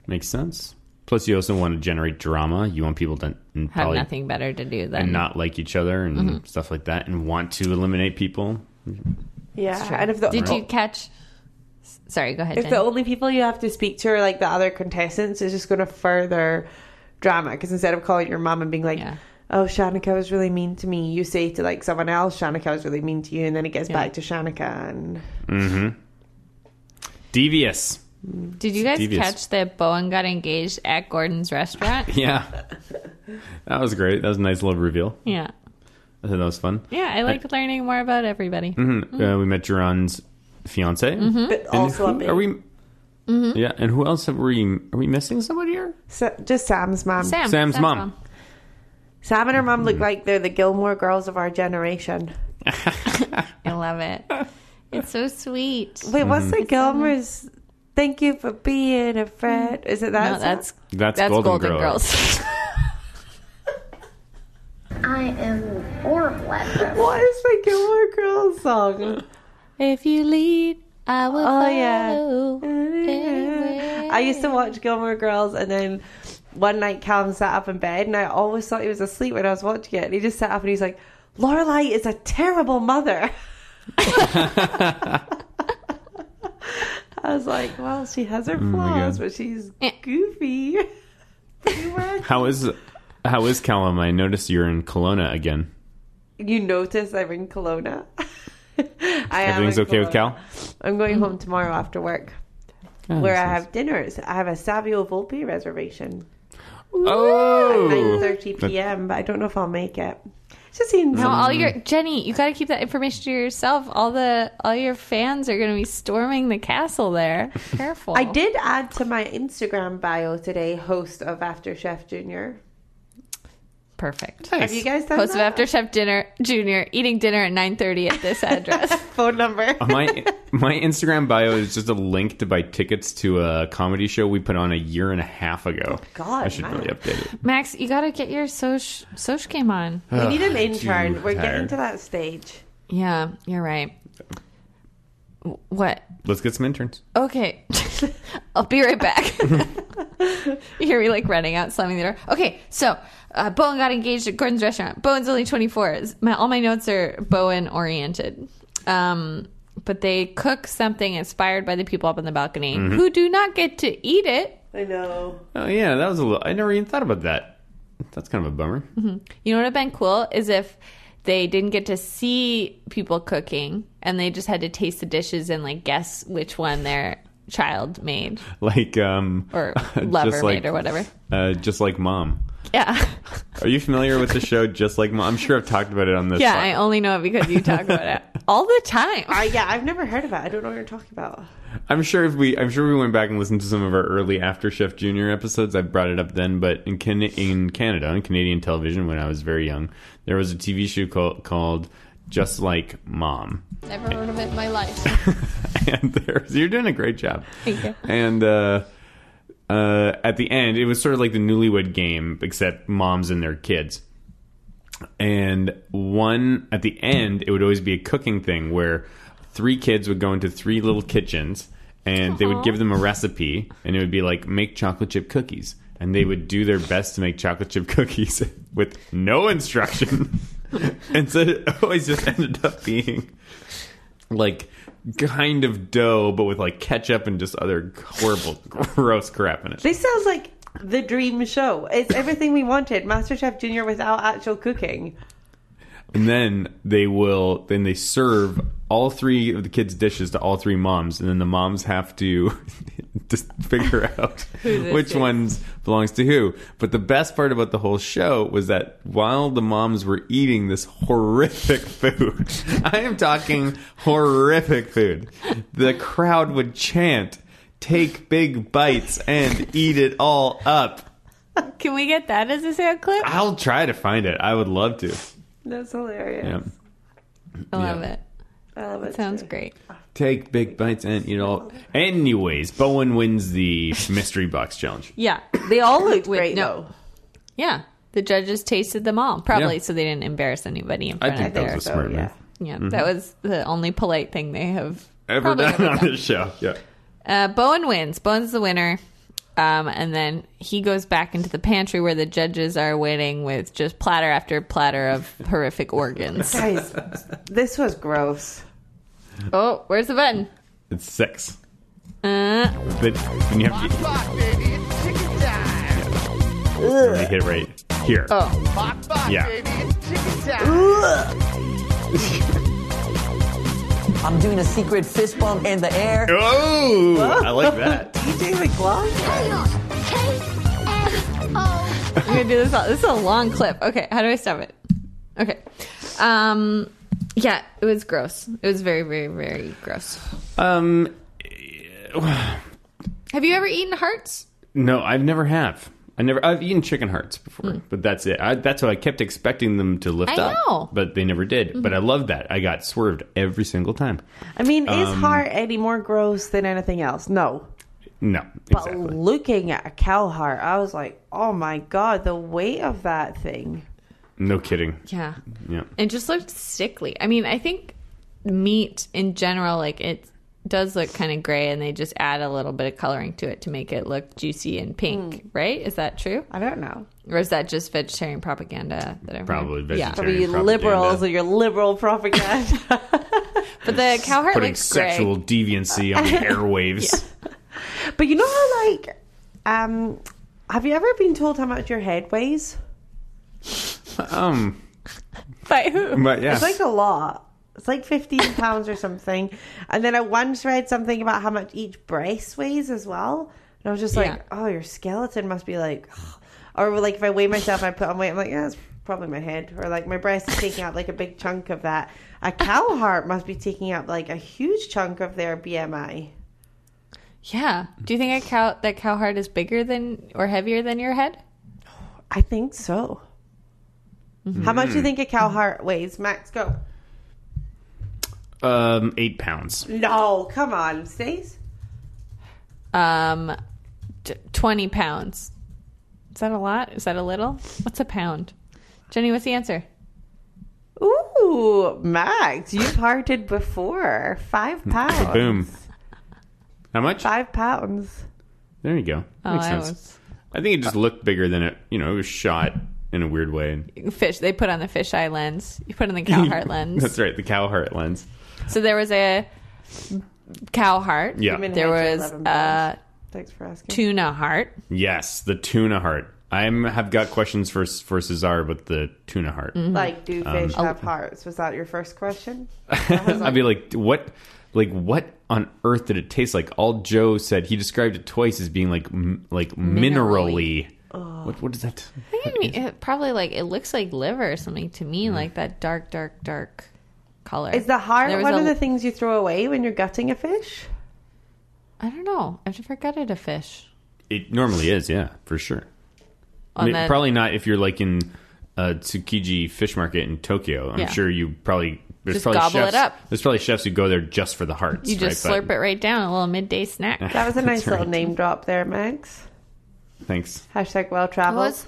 [SPEAKER 1] Makes sense. Plus, you also want to generate drama. You want people to and
[SPEAKER 2] Have
[SPEAKER 1] probably
[SPEAKER 2] nothing Mm-hmm. better to do than
[SPEAKER 1] and not like each other and stuff like that, and want to eliminate people.
[SPEAKER 3] yeah, and if the
[SPEAKER 2] Did you catch? s- Sorry, go ahead.
[SPEAKER 3] if
[SPEAKER 2] Jen.
[SPEAKER 3] the only people you have to speak to are like the other contestants, it's just going to further drama. Because instead of calling your mom and being like,
[SPEAKER 2] Yeah.
[SPEAKER 3] "Oh, Shanika was really mean to me," you say to like someone else, "Shanika was really mean to you," and then it gets back to Shanika and
[SPEAKER 1] Devious.
[SPEAKER 2] Did you guys
[SPEAKER 1] devious.
[SPEAKER 2] catch that Bowen got engaged at Gordon's restaurant?
[SPEAKER 1] Yeah, that was great. That was a nice little reveal.
[SPEAKER 2] yeah.
[SPEAKER 1] I thought that was fun.
[SPEAKER 2] Yeah, I liked learning more about everybody.
[SPEAKER 1] Uh, we met Duran's fiance.
[SPEAKER 3] but Mm-hmm. also a
[SPEAKER 1] who-
[SPEAKER 3] bit- Mm-hmm.
[SPEAKER 1] are we? Yeah, and who else have we? Are we missing somebody here?
[SPEAKER 3] Sa- just Sam's mom.
[SPEAKER 2] Sam,
[SPEAKER 1] Sam's mom.
[SPEAKER 3] Sam and her mom
[SPEAKER 1] Hmm.
[SPEAKER 3] look like they're the Gilmore girls of our generation.
[SPEAKER 2] I love it. It's so sweet.
[SPEAKER 3] Wait,
[SPEAKER 1] Mm-hmm.
[SPEAKER 3] what's the Gilmore's? Thank you for being a friend. Is it that?
[SPEAKER 2] No,
[SPEAKER 3] song?
[SPEAKER 2] Oh, that's
[SPEAKER 1] That's,
[SPEAKER 2] that's
[SPEAKER 1] Golden,
[SPEAKER 2] Golden,
[SPEAKER 1] Girl.
[SPEAKER 2] Girls.
[SPEAKER 5] I am horrible at this.
[SPEAKER 3] what is the Gilmore Girls song?
[SPEAKER 2] if you lead, I will
[SPEAKER 3] Oh, yeah.
[SPEAKER 2] follow.
[SPEAKER 3] I used to watch Gilmore Girls, and then one night Callum sat up in bed, and I always thought he was asleep when I was watching it. And he just sat up and he's like, "Lorelai is a terrible mother." I was like, "Well, she has her flaws,
[SPEAKER 1] Oh God.
[SPEAKER 3] but she's
[SPEAKER 2] Eh.
[SPEAKER 3] goofy." Pretty wacky.
[SPEAKER 1] How is how is Callum? I noticed you're in Kelowna again.
[SPEAKER 3] you notice I'm in Kelowna. I am
[SPEAKER 1] Everything's
[SPEAKER 3] in
[SPEAKER 1] okay with
[SPEAKER 3] Kelowna.
[SPEAKER 1] Cal?
[SPEAKER 3] I'm going home tomorrow after work, where I have dinners. I have a Savio Volpe reservation.
[SPEAKER 1] Oh,
[SPEAKER 3] 9.30 p.m., but I don't know if I'll make it. It's just seems
[SPEAKER 2] No, all your Jenny, you got to keep that information to yourself. All the all your fans are going to be storming the castle there. Careful.
[SPEAKER 3] I did add to my Instagram bio today, host of After Chef Junior.
[SPEAKER 2] Perfect.
[SPEAKER 3] Have you guys done
[SPEAKER 2] Host of
[SPEAKER 3] that?
[SPEAKER 2] After Chef Dinner Junior eating dinner at 9:30 at this address.
[SPEAKER 3] Phone number.
[SPEAKER 1] my my Instagram bio is just a link to buy tickets to a comedy show we put on a year and a half ago.
[SPEAKER 3] Oh, God,
[SPEAKER 1] I should
[SPEAKER 3] man.
[SPEAKER 1] really update it.
[SPEAKER 2] Max, you got to get your soch soch game on.
[SPEAKER 3] we need an intern.
[SPEAKER 1] too
[SPEAKER 3] We're getting
[SPEAKER 1] tired.
[SPEAKER 3] to that stage.
[SPEAKER 2] Yeah, you're right. W- What?
[SPEAKER 1] Let's get some interns.
[SPEAKER 2] Okay. I'll be right back. you hear me like running out, slamming the door. Okay, so uh, Bowen got engaged at Gordon's restaurant. Bowen's only 24. It's- My, all my notes are Bowen oriented. Um, but they cook something inspired by the people up on the balcony who do not get to eat it.
[SPEAKER 3] I know.
[SPEAKER 1] Oh yeah, that was a little. I never even thought about that. That's kind of a bummer.
[SPEAKER 2] You know what would have been cool is if they didn't get to see people cooking and they just had to taste the dishes and like guess which one their child made
[SPEAKER 1] Like um,
[SPEAKER 2] or
[SPEAKER 1] just
[SPEAKER 2] lover
[SPEAKER 1] like-
[SPEAKER 2] made or whatever.
[SPEAKER 1] Uh, just like mom.
[SPEAKER 2] Yeah.
[SPEAKER 1] Are you familiar with the show Just Like Mom? I'm sure I've talked about it on this.
[SPEAKER 2] Yeah,
[SPEAKER 1] pod-
[SPEAKER 2] I only know it because you talk about it all the time.
[SPEAKER 3] I, yeah, I've never heard of it. I don't know what you're talking about.
[SPEAKER 1] I'm sure if we, I'm sure we went back and listened to some of our early After Chef Junior episodes. I brought it up then, but in Can- in Canada, on Canadian television, when I was very young, there was a TV show called, called Just Like Mom,
[SPEAKER 2] Never heard of it in my life.
[SPEAKER 1] and there's you're doing a great job.
[SPEAKER 2] Thank you.
[SPEAKER 1] And uh, uh, at the end, it was sort of like the Newlywed Game, except moms and their kids. and one at the end it would always be a cooking thing where three kids would go into three little kitchens and they would give them a recipe and it would be like make chocolate chip cookies and they would do their best to make chocolate chip cookies with no instruction and so it always just ended up being like kind of dough but with like ketchup and just other horrible gross crap in it
[SPEAKER 3] This sounds like the dream show. It's everything we wanted. MasterChef Junior without actual cooking.
[SPEAKER 1] and then they will then they serve all three of the kids dishes to all three moms and then the moms have to just figure out
[SPEAKER 2] this
[SPEAKER 1] which
[SPEAKER 2] is.
[SPEAKER 1] ones belongs to who but the best part about the whole show was that while the moms were eating this horrific food i am talking horrific food the crowd would chant take big bites and eat it all up
[SPEAKER 2] Can we get that as a sound clip?
[SPEAKER 1] i'll try to find it i would love to
[SPEAKER 3] That's hilarious.
[SPEAKER 1] yeah
[SPEAKER 3] Uh,
[SPEAKER 2] I love
[SPEAKER 1] yeah.
[SPEAKER 2] it.
[SPEAKER 3] I love it.
[SPEAKER 2] Sounds great.
[SPEAKER 1] Take big bites and eat all. Anyways, Bowen wins the mystery box challenge.
[SPEAKER 2] Yeah.
[SPEAKER 3] They all looked
[SPEAKER 2] Wait,
[SPEAKER 3] great
[SPEAKER 2] no.
[SPEAKER 3] though.
[SPEAKER 2] Yeah. The judges tasted them all, probably
[SPEAKER 1] Yeah.
[SPEAKER 2] so they didn't embarrass anybody in
[SPEAKER 1] I
[SPEAKER 2] front
[SPEAKER 1] think
[SPEAKER 2] of
[SPEAKER 1] that
[SPEAKER 2] their.
[SPEAKER 1] was a smart
[SPEAKER 3] so, yeah.
[SPEAKER 1] move.
[SPEAKER 2] yeah, that was the only polite thing they have
[SPEAKER 1] Ever
[SPEAKER 2] probably
[SPEAKER 1] done on this show? Yeah.
[SPEAKER 2] Uh, Bowen wins. Bowen's the winner. Um, and then he goes back into the pantry where the judges are waiting with just platter after platter of horrific organs.
[SPEAKER 3] Guys, this was gross.
[SPEAKER 2] oh, where's the button?
[SPEAKER 1] It's six.
[SPEAKER 2] Uh,
[SPEAKER 1] But when you have to really hit it right here.
[SPEAKER 2] oh,
[SPEAKER 1] Yeah.
[SPEAKER 4] I'm doing a secret fist bump in the air.
[SPEAKER 1] Oh, I like that.
[SPEAKER 3] You doing the glove?
[SPEAKER 5] Chaos. K-F-O.
[SPEAKER 2] I'm gonna do this. All- this is a long clip. Okay, how do I stop it? Okay. Um, yeah, it was gross. It was very, very, very gross.
[SPEAKER 1] Um,
[SPEAKER 2] Have you ever eaten hearts?
[SPEAKER 1] no, I've never have. I never. I've eaten chicken hearts before, but that's it. I, that's what I kept expecting them to lift
[SPEAKER 2] Hmm. I
[SPEAKER 1] up,
[SPEAKER 2] know. Mm-hmm.
[SPEAKER 1] but they never did. But I love that. I got swerved every single time.
[SPEAKER 3] I mean, is
[SPEAKER 1] Um,
[SPEAKER 3] heart any more gross than anything else? No.
[SPEAKER 1] No,
[SPEAKER 3] But
[SPEAKER 1] exactly.
[SPEAKER 3] looking at a cow heart, I was like, oh my god, the weight of that thing.
[SPEAKER 1] No kidding.
[SPEAKER 2] Yeah.
[SPEAKER 1] Yeah.
[SPEAKER 2] It just looked sickly. I mean, I think meat in general, like it does look kind of gray, and they just add a little bit of coloring to it to make it look juicy and pink, right? Is that true,
[SPEAKER 3] I don't know.
[SPEAKER 2] or is that just vegetarian propaganda? That I've heard?
[SPEAKER 1] Probably
[SPEAKER 2] Yeah,
[SPEAKER 1] vegetarian.
[SPEAKER 3] But you
[SPEAKER 1] propaganda.
[SPEAKER 3] liberals or your liberal propaganda.
[SPEAKER 2] but the cow heart
[SPEAKER 1] putting
[SPEAKER 2] looks gray.
[SPEAKER 1] sexual deviancy on the airwaves.
[SPEAKER 3] But you know how like um have you ever been told how much your head weighs?
[SPEAKER 1] Um,
[SPEAKER 2] By who?
[SPEAKER 1] but yeah,
[SPEAKER 3] It's like a lot. It's like fifteen pounds or something. And then I once read something about how much each breast weighs as well. And I was just like,
[SPEAKER 2] Yeah.
[SPEAKER 3] Oh, your skeleton must be like or like if I weigh myself and I put on weight, I'm like, yeah, that's probably my head. Or like my breast is taking up like a big chunk of that. A cow heart must be taking up like a huge chunk of their BMI.
[SPEAKER 2] Yeah. Do you think a cow that cow heart is bigger than or heavier than your head?
[SPEAKER 3] I think so. Mm. How much do you think a cow heart weighs? Max, go.
[SPEAKER 1] um, eight pounds.
[SPEAKER 3] No, come on, Stace.
[SPEAKER 2] Um, t- twenty pounds. Is that a lot? Is that a little? What's a pound? Jenny, what's the answer?
[SPEAKER 3] Ooh, Max, you've hearted before. Five pounds.
[SPEAKER 1] Hmm. Boom. How much?
[SPEAKER 3] Five pounds.
[SPEAKER 1] There you go.
[SPEAKER 2] Oh,
[SPEAKER 1] Makes
[SPEAKER 2] I
[SPEAKER 1] sense.
[SPEAKER 2] was-
[SPEAKER 1] I think it just looked bigger than it. You know, it was shot in a weird way.
[SPEAKER 2] fish. They put on the fisheye lens. You put on the cow heart lens.
[SPEAKER 1] That's right. The cow heart lens.
[SPEAKER 2] So there was a cow heart.
[SPEAKER 1] Yeah.
[SPEAKER 3] Human
[SPEAKER 2] There
[SPEAKER 3] heads are
[SPEAKER 2] was
[SPEAKER 3] 11 pounds.
[SPEAKER 2] a
[SPEAKER 3] Thanks for asking.
[SPEAKER 2] tuna heart.
[SPEAKER 1] Yes, the tuna heart. I have got questions for for Cesar about the tuna heart.
[SPEAKER 2] Mm-hmm.
[SPEAKER 3] Like, do
[SPEAKER 1] Um,
[SPEAKER 3] fish have hearts? Was that your first question?
[SPEAKER 1] I'd be like, what? Like what on earth did it taste like? All Joe said he described it twice as being like m- like minerally, What what is that?
[SPEAKER 2] I think it mean- it probably like it looks like liver or something to
[SPEAKER 1] Mm.
[SPEAKER 2] me, like that dark, dark, dark color.
[SPEAKER 3] Is the heart
[SPEAKER 2] There was
[SPEAKER 3] one
[SPEAKER 2] a-
[SPEAKER 3] of the things you throw away when you're gutting a fish?
[SPEAKER 2] I don't know. I've never gutted a fish.
[SPEAKER 1] It normally is, yeah, for sure. I
[SPEAKER 2] On
[SPEAKER 1] mean,
[SPEAKER 2] that-
[SPEAKER 1] Probably not if you're like in uh, Tsukiji Fish Market in Tokyo. I'm
[SPEAKER 2] Yeah.
[SPEAKER 1] sure you probably there's
[SPEAKER 2] Just
[SPEAKER 1] probably
[SPEAKER 2] gobble it
[SPEAKER 1] chefs,
[SPEAKER 2] up.
[SPEAKER 1] There's probably chefs who go there just for the hearts.
[SPEAKER 2] You just
[SPEAKER 1] right?
[SPEAKER 2] slurp it right down, a little midday snack.
[SPEAKER 3] That was a nice
[SPEAKER 1] right.
[SPEAKER 3] little name drop there, Max.
[SPEAKER 1] Thanks.
[SPEAKER 3] Hashtag well
[SPEAKER 2] That
[SPEAKER 3] traveled.
[SPEAKER 2] was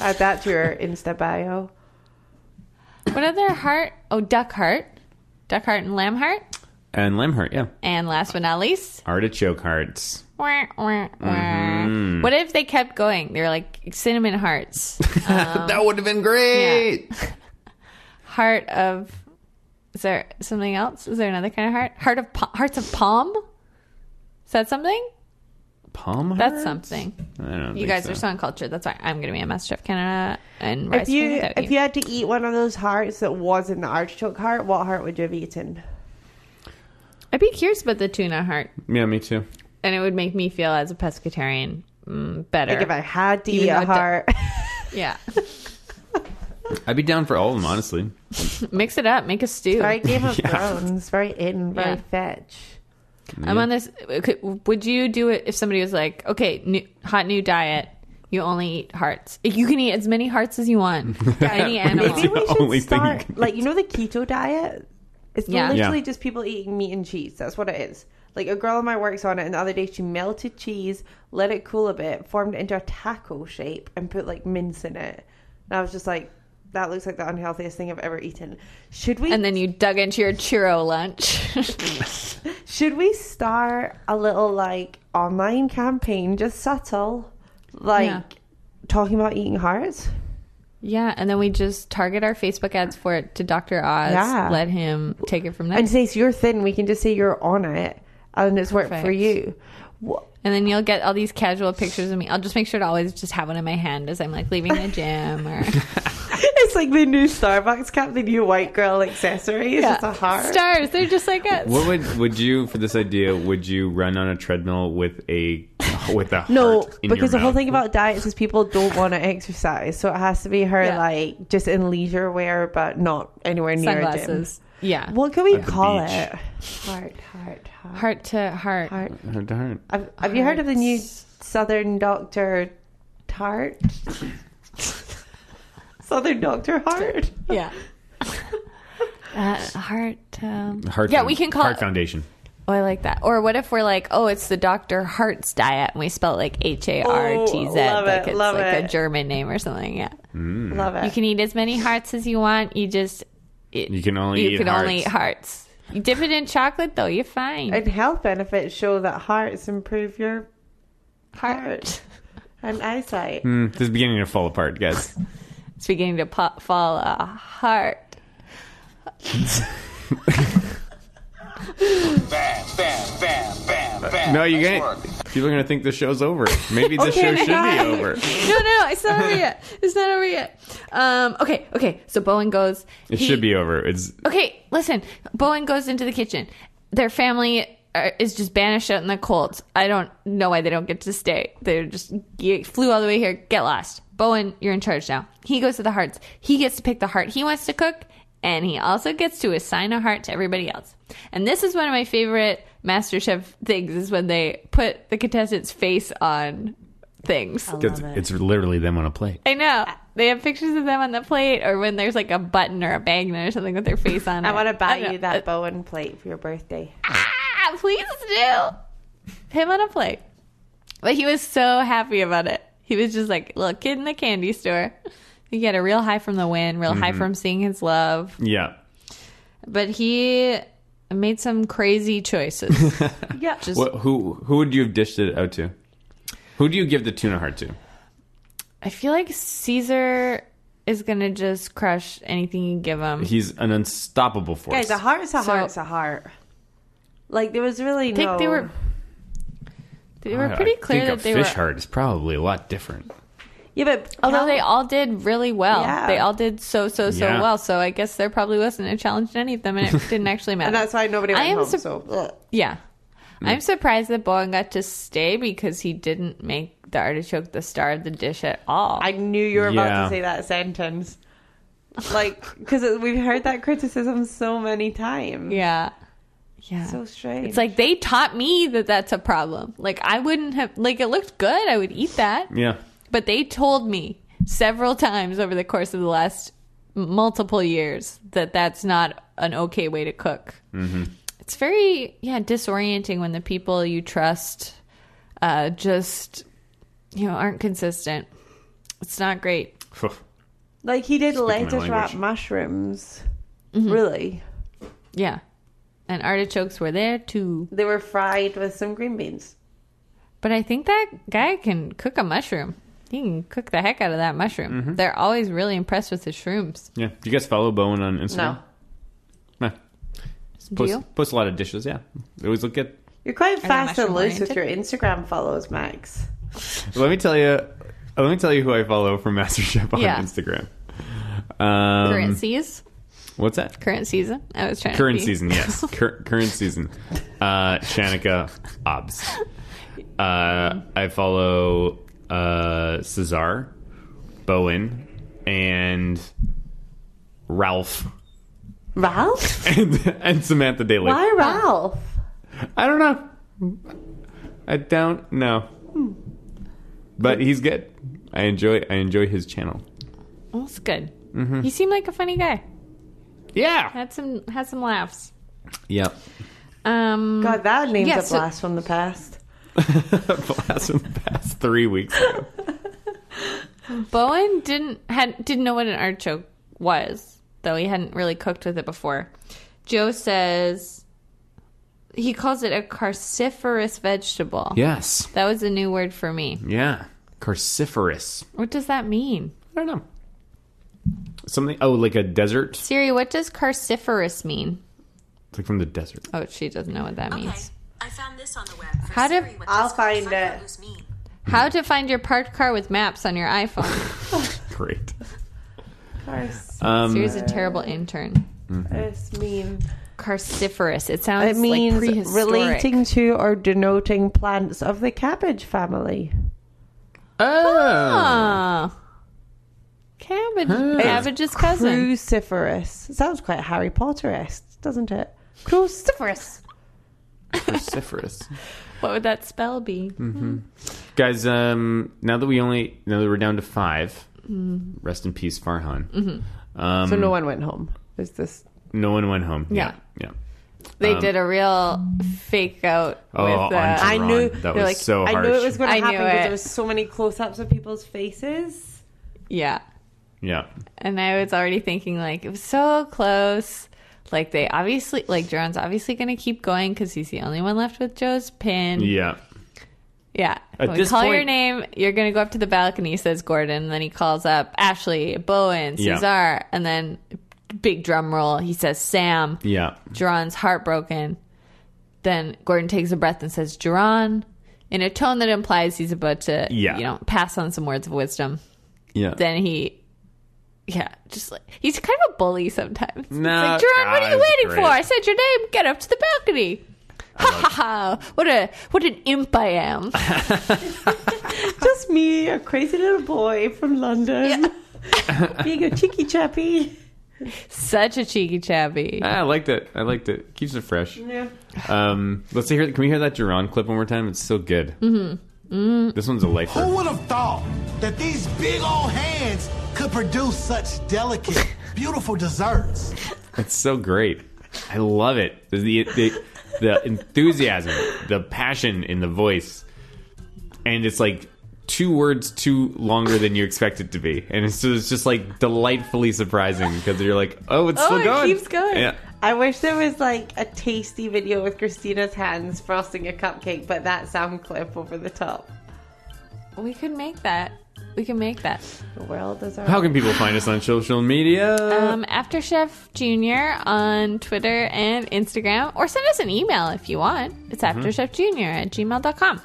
[SPEAKER 3] Add that to your Insta bio.
[SPEAKER 2] what other heart? Oh, duck heart, duck heart, and lamb heart.
[SPEAKER 1] And lamb heart, yeah.
[SPEAKER 2] And last but not least,
[SPEAKER 1] Artichoke hearts.
[SPEAKER 2] wah, wah, wah. what if they kept going? They're like cinnamon hearts, Um,
[SPEAKER 1] that would have been great.
[SPEAKER 2] heart of. Is there something else? Is there another kind of heart? Heart of pa- hearts of palm. Is that something?
[SPEAKER 1] Palm hearts?
[SPEAKER 2] That's something.
[SPEAKER 1] I don't
[SPEAKER 2] You
[SPEAKER 1] think
[SPEAKER 2] guys
[SPEAKER 1] so.
[SPEAKER 2] are so uncultured. That's why I'm going to be a Master Chef Canada and rice
[SPEAKER 3] if you
[SPEAKER 2] Queen without
[SPEAKER 3] if you had to eat one of those hearts that wasn't the artichoke heart, what heart would you have eaten?
[SPEAKER 2] I'd be curious about the tuna heart,
[SPEAKER 1] Yeah, me too.
[SPEAKER 2] and it would make me feel as a pescatarian mm, better.
[SPEAKER 3] Like if I had to
[SPEAKER 2] Even
[SPEAKER 3] eat
[SPEAKER 2] though
[SPEAKER 3] a
[SPEAKER 2] it do-
[SPEAKER 3] heart,
[SPEAKER 2] yeah,
[SPEAKER 1] I'd be down for all of them, honestly.
[SPEAKER 2] mix it up, make a stew.
[SPEAKER 3] very Game of Thrones, very in, very
[SPEAKER 2] Yeah.
[SPEAKER 3] fetch.
[SPEAKER 2] I'm on this. okay, Would you do it if somebody was like, "Okay, new, hot new diet. You only eat hearts. You can eat as many hearts as you want. Any
[SPEAKER 3] Maybe
[SPEAKER 2] animal.
[SPEAKER 1] the
[SPEAKER 3] we should
[SPEAKER 1] only thing you
[SPEAKER 3] start
[SPEAKER 1] can
[SPEAKER 3] like you know the keto diet. It's
[SPEAKER 2] Yeah.
[SPEAKER 3] literally
[SPEAKER 1] Yeah.
[SPEAKER 3] just people eating meat and cheese. That's what it is. Like a girl of mine works on it, and the other day she melted cheese, let it cool a bit, formed it into a taco shape, and put like mince in it. And I was just like, that looks like the unhealthiest thing I've ever eaten. Should we?
[SPEAKER 2] And then you dug into your churro lunch.
[SPEAKER 3] Should we start a little like online campaign, just subtle, like
[SPEAKER 2] Yeah.
[SPEAKER 3] talking about eating hearts?
[SPEAKER 2] yeah, and then we just target our Facebook ads for it to Dr. Oz.
[SPEAKER 3] Yeah.
[SPEAKER 2] Let him take it from there.
[SPEAKER 3] And since you're thin, we can just say you're on it, and it's worked for
[SPEAKER 2] Perfect.
[SPEAKER 3] you. Wha-
[SPEAKER 2] And then you'll get all these casual pictures of me. I'll just make sure to always just have one in my hand as I'm like leaving the gym or
[SPEAKER 3] It's like the new Starbucks cup, the new white girl accessory. It's just a heart.
[SPEAKER 2] stars. They're just like us.
[SPEAKER 1] What would would you for this idea? Would you run on a treadmill with a with a
[SPEAKER 3] no,
[SPEAKER 1] heart in your
[SPEAKER 3] because the whole
[SPEAKER 1] mouth?
[SPEAKER 3] thing about diets is people don't want to exercise, so it has to be her
[SPEAKER 2] Yeah.
[SPEAKER 3] like just in leisure wear, but not anywhere near
[SPEAKER 2] sunglasses?
[SPEAKER 3] a
[SPEAKER 2] Yeah,
[SPEAKER 3] gym. What can we
[SPEAKER 1] the
[SPEAKER 3] call
[SPEAKER 1] beach.
[SPEAKER 3] it? Heart, heart, heart.
[SPEAKER 2] heart to heart.
[SPEAKER 3] Heart.
[SPEAKER 1] Heart to heart.
[SPEAKER 3] Have, have you heard of the new Southern Doctor Tart? Southern Doctor Hart?
[SPEAKER 2] Yeah, uh, heart. Um...
[SPEAKER 1] Heart
[SPEAKER 2] Yeah,
[SPEAKER 1] Found-
[SPEAKER 2] we can call
[SPEAKER 1] Heart
[SPEAKER 2] it-
[SPEAKER 1] Foundation.
[SPEAKER 2] Oh, I like that. Or what if we're like, oh, it's the Doctor Heart's diet, and we spell it like H A R T Z,
[SPEAKER 3] Oh, love
[SPEAKER 2] like
[SPEAKER 3] it,
[SPEAKER 2] it's
[SPEAKER 3] love
[SPEAKER 2] like a
[SPEAKER 3] it.
[SPEAKER 2] German name or something. Yeah,
[SPEAKER 1] Mm. Hmm.
[SPEAKER 3] Love it.
[SPEAKER 2] you can eat as many hearts as you want. You just it,
[SPEAKER 1] You can only
[SPEAKER 2] you
[SPEAKER 1] eat
[SPEAKER 2] can only
[SPEAKER 1] hearts.
[SPEAKER 2] eat hearts. You dip it in chocolate though, you're fine.
[SPEAKER 3] and health benefits show that hearts improve your
[SPEAKER 2] heart.
[SPEAKER 3] and eyesight.
[SPEAKER 1] Mm, this is beginning to fall apart, guys.
[SPEAKER 2] It's beginning to pop, fall a heart.
[SPEAKER 7] Bam, bam, bam, bam, bam.
[SPEAKER 1] No, you
[SPEAKER 7] Nice
[SPEAKER 1] can't.
[SPEAKER 7] work.
[SPEAKER 1] People are gonna think the show's over. Maybe the show should be
[SPEAKER 2] now.
[SPEAKER 1] over.
[SPEAKER 2] No, no, no, it's not over yet. It's not over yet. Um, okay, okay. So Bowen goes.
[SPEAKER 1] It should be over. It's
[SPEAKER 2] Okay, listen. Bowen goes into the kitchen. Their family are, is just banished out in the cold. I don't know why they don't get to stay. They're just you flew all the way here. Get lost. Bowen, you're in charge now. He goes to the hearts. He gets to pick the heart he wants to cook, and he also gets to assign a heart to everybody else. And this is one of my favorite MasterChef things is when they put the contestant's face on things.
[SPEAKER 1] it's, it's literally them on a plate.
[SPEAKER 2] I know. They have pictures of them on the plate, or when there's like a button or a magnet or something with their face on it.
[SPEAKER 3] I want to buy
[SPEAKER 2] don't
[SPEAKER 3] you
[SPEAKER 2] know.
[SPEAKER 3] that Bowen plate for your birthday.
[SPEAKER 2] Ah, please do. Him on a plate. But he was so happy about it. He was just like, little kid in the candy store. He got a real high from the win, real
[SPEAKER 1] Mm-hmm.
[SPEAKER 2] high from seeing his love.
[SPEAKER 1] Yeah.
[SPEAKER 2] But he made some crazy choices.
[SPEAKER 3] Yeah.
[SPEAKER 2] Just
[SPEAKER 1] What, who who would you have dished it out to? Who do you give the tuna heart to?
[SPEAKER 2] I feel like Caesar is gonna just crush anything you give him.
[SPEAKER 1] He's an unstoppable force.
[SPEAKER 3] Guys, a heart's
[SPEAKER 2] So-
[SPEAKER 3] a heart's a heart. Like there was really
[SPEAKER 2] I think
[SPEAKER 3] no.
[SPEAKER 2] they were they were
[SPEAKER 1] I-
[SPEAKER 2] pretty
[SPEAKER 1] I
[SPEAKER 2] clear
[SPEAKER 1] think
[SPEAKER 2] that
[SPEAKER 1] a
[SPEAKER 2] they
[SPEAKER 1] fish
[SPEAKER 2] were
[SPEAKER 1] heart is probably a lot different.
[SPEAKER 3] yeah, but
[SPEAKER 2] Although they all did really well.
[SPEAKER 3] Yeah.
[SPEAKER 2] They all did so, so, so
[SPEAKER 1] Yeah.
[SPEAKER 2] well. So I guess there probably wasn't a challenge to any of them and it didn't actually matter.
[SPEAKER 3] and that's why nobody
[SPEAKER 2] I
[SPEAKER 3] went
[SPEAKER 2] am
[SPEAKER 3] home.
[SPEAKER 2] sup-
[SPEAKER 3] so ugh.
[SPEAKER 2] Yeah. I'm surprised that Bowen got to stay because he didn't make the artichoke the star of the dish at all.
[SPEAKER 3] I knew you were about
[SPEAKER 1] Yeah.
[SPEAKER 3] to say that sentence. Like, because we've heard that criticism so many times.
[SPEAKER 2] yeah. Yeah.
[SPEAKER 3] So strange.
[SPEAKER 2] it's like they taught me that that's a problem. Like I wouldn't have like it looked good. I would eat that.
[SPEAKER 1] Yeah.
[SPEAKER 2] But they told me several times over the course of the last multiple years that that's not an okay way to cook. Mm-hmm. It's very yeah disorienting when the people you trust uh, just you know aren't consistent. It's not great.
[SPEAKER 3] like he did
[SPEAKER 1] my
[SPEAKER 3] lettuce wrap
[SPEAKER 1] language.
[SPEAKER 3] mushrooms.
[SPEAKER 2] Mm-hmm.
[SPEAKER 3] Really,
[SPEAKER 2] Yeah, and artichokes were there too.
[SPEAKER 3] they were fried with some green beans.
[SPEAKER 2] But I think that guy can cook a mushroom. He can cook the heck out of that mushroom.
[SPEAKER 1] Mm-hmm.
[SPEAKER 2] They're always really impressed with his shrooms.
[SPEAKER 1] Yeah. Do you guys follow Bowen on Instagram?
[SPEAKER 3] No,
[SPEAKER 1] No.
[SPEAKER 2] Do
[SPEAKER 1] Posts,
[SPEAKER 2] you?
[SPEAKER 1] posts a lot of dishes. Yeah. They always look good.
[SPEAKER 3] you're quite fast and loose with
[SPEAKER 2] mushroom-oriented?
[SPEAKER 3] your Instagram follows, Max.
[SPEAKER 1] Let me tell you. Let me tell you who I follow from MasterChef on
[SPEAKER 2] Yeah.
[SPEAKER 1] Instagram. Um,
[SPEAKER 2] Current seas,
[SPEAKER 1] What's that?
[SPEAKER 2] current season. I was trying.
[SPEAKER 1] Current
[SPEAKER 2] to be-
[SPEAKER 1] season, yes. Cur- current season. Uh, Shanika Obs. Uh, I follow uh, Cesar, Bowen, and Ralph,
[SPEAKER 3] Ralph?
[SPEAKER 1] and, and Samantha Daly.
[SPEAKER 3] Why Ralph?
[SPEAKER 1] I don't know. I don't know.
[SPEAKER 2] Hmm.
[SPEAKER 1] But he's good. I enjoy. I enjoy his channel.
[SPEAKER 2] Well, that's good. He seemed like a funny guy.
[SPEAKER 1] Yeah.
[SPEAKER 2] Had some had some laughs.
[SPEAKER 1] Yep.
[SPEAKER 2] Um,
[SPEAKER 3] God, that name's
[SPEAKER 2] Yeah,
[SPEAKER 3] a
[SPEAKER 2] so-
[SPEAKER 3] blast from the past.
[SPEAKER 1] Blast from the past three weeks ago.
[SPEAKER 2] Bowen didn't had didn't know what an artichoke was, though he hadn't really cooked with it before. Joe says he calls it a carciferous vegetable.
[SPEAKER 1] Yes.
[SPEAKER 2] That was a new word for me.
[SPEAKER 1] Yeah. Carciferous.
[SPEAKER 2] What does that mean?
[SPEAKER 1] I don't know. Something. Oh, like a desert. It's
[SPEAKER 2] Siri, what does carciferous mean?
[SPEAKER 1] like from the desert.
[SPEAKER 2] Oh, she doesn't know what that
[SPEAKER 8] Okay.
[SPEAKER 2] means.
[SPEAKER 8] I found this on the web. For
[SPEAKER 2] How do-
[SPEAKER 8] Siri, what
[SPEAKER 3] I'll
[SPEAKER 8] does
[SPEAKER 3] find
[SPEAKER 8] carnivorous mean?
[SPEAKER 2] How to find your parked car with maps on your iPhone.
[SPEAKER 1] Great. Um,
[SPEAKER 2] Siri's a terrible intern.
[SPEAKER 1] Uh-huh.
[SPEAKER 3] Carciferous mean.
[SPEAKER 2] Carciferous. It sounds
[SPEAKER 3] It means
[SPEAKER 2] like prehistoric.
[SPEAKER 3] relating to or denoting plants of the cabbage family.
[SPEAKER 1] Oh.
[SPEAKER 2] Ah. Cabbage. Cabbage's cousin.
[SPEAKER 3] Cruciferous. It sounds quite Harry Potter esque, doesn't it?
[SPEAKER 1] Mm.
[SPEAKER 3] Cruciferous.
[SPEAKER 1] Carciferous.
[SPEAKER 2] What would that spell be?
[SPEAKER 1] Guys, um, now that we only now that we're down to five,
[SPEAKER 2] Mm-hmm.
[SPEAKER 1] rest in peace, Farhan. Um,
[SPEAKER 3] So no one went home. Is this
[SPEAKER 1] no one went home.
[SPEAKER 2] Yeah.
[SPEAKER 1] Yeah.
[SPEAKER 2] They did a real fake out
[SPEAKER 1] Um, Oh,
[SPEAKER 2] with uh,
[SPEAKER 1] I
[SPEAKER 3] knew-
[SPEAKER 1] knew that
[SPEAKER 2] they're
[SPEAKER 1] was
[SPEAKER 2] like,
[SPEAKER 1] so harsh.
[SPEAKER 3] I knew it was going
[SPEAKER 2] I
[SPEAKER 3] to
[SPEAKER 2] knew
[SPEAKER 3] happen because
[SPEAKER 2] it.
[SPEAKER 3] there was so many close ups of people's faces.
[SPEAKER 2] yeah.
[SPEAKER 1] yeah.
[SPEAKER 2] And I was already thinking like it was so close. Like they obviously like Jeron's obviously going to keep going because he's the only one left with Joe's pin.
[SPEAKER 1] Yeah.
[SPEAKER 2] Yeah.
[SPEAKER 1] At
[SPEAKER 2] When we
[SPEAKER 1] this
[SPEAKER 2] call your
[SPEAKER 1] point-
[SPEAKER 2] name, you're going to go up to the balcony, says Gordon. And then he calls up Ashley, Bowen,
[SPEAKER 1] Yeah.
[SPEAKER 2] Cesar. And then big drum roll. He says Sam.
[SPEAKER 1] Yeah.
[SPEAKER 2] Jeron's heartbroken. Then Gordon takes a breath and says, Jeron, in a tone that implies he's about to,
[SPEAKER 1] Yeah.
[SPEAKER 2] you know, pass on some words of wisdom.
[SPEAKER 1] Yeah.
[SPEAKER 2] Then he, yeah, just like, he's kind of a bully sometimes.
[SPEAKER 1] No,
[SPEAKER 2] it's like, Jeron, what
[SPEAKER 1] ah,
[SPEAKER 2] are you
[SPEAKER 1] it's
[SPEAKER 2] waiting
[SPEAKER 1] great.
[SPEAKER 2] for? I said your name. Get up to the balcony. Ha ha ha! What a what an imp I am.
[SPEAKER 3] Just me, a crazy little boy from London, being a cheeky chappy.
[SPEAKER 2] Such a cheeky chappy.
[SPEAKER 1] Ah, I liked it. I liked it. Keeps it fresh. Um, let's hear. Can we hear that Duran clip one more time? It's so good. Mm-hmm. This one's a lifer.
[SPEAKER 2] Oh.
[SPEAKER 6] Who would have thought that these big old hands could produce such delicate, beautiful desserts?
[SPEAKER 1] It's so great. I love it. The, the, the enthusiasm, the passion in the voice. And it's like two words too longer than you expect it to be. And it's just, it's just like delightfully surprising because you're like, oh, it's
[SPEAKER 2] Oh,
[SPEAKER 1] still
[SPEAKER 2] it
[SPEAKER 1] going.
[SPEAKER 2] keeps going.
[SPEAKER 1] Yeah.
[SPEAKER 3] I wish there was like a tasty video with Christina's hands frosting a cupcake, but that sound clip over the top.
[SPEAKER 2] We could make that. We can make that.
[SPEAKER 3] The world is our.
[SPEAKER 1] How can people find us on social media?
[SPEAKER 2] Um, AfterChef Junior on Twitter and Instagram, or send us an email if you want. It's AfterChefJunior at gmail.com.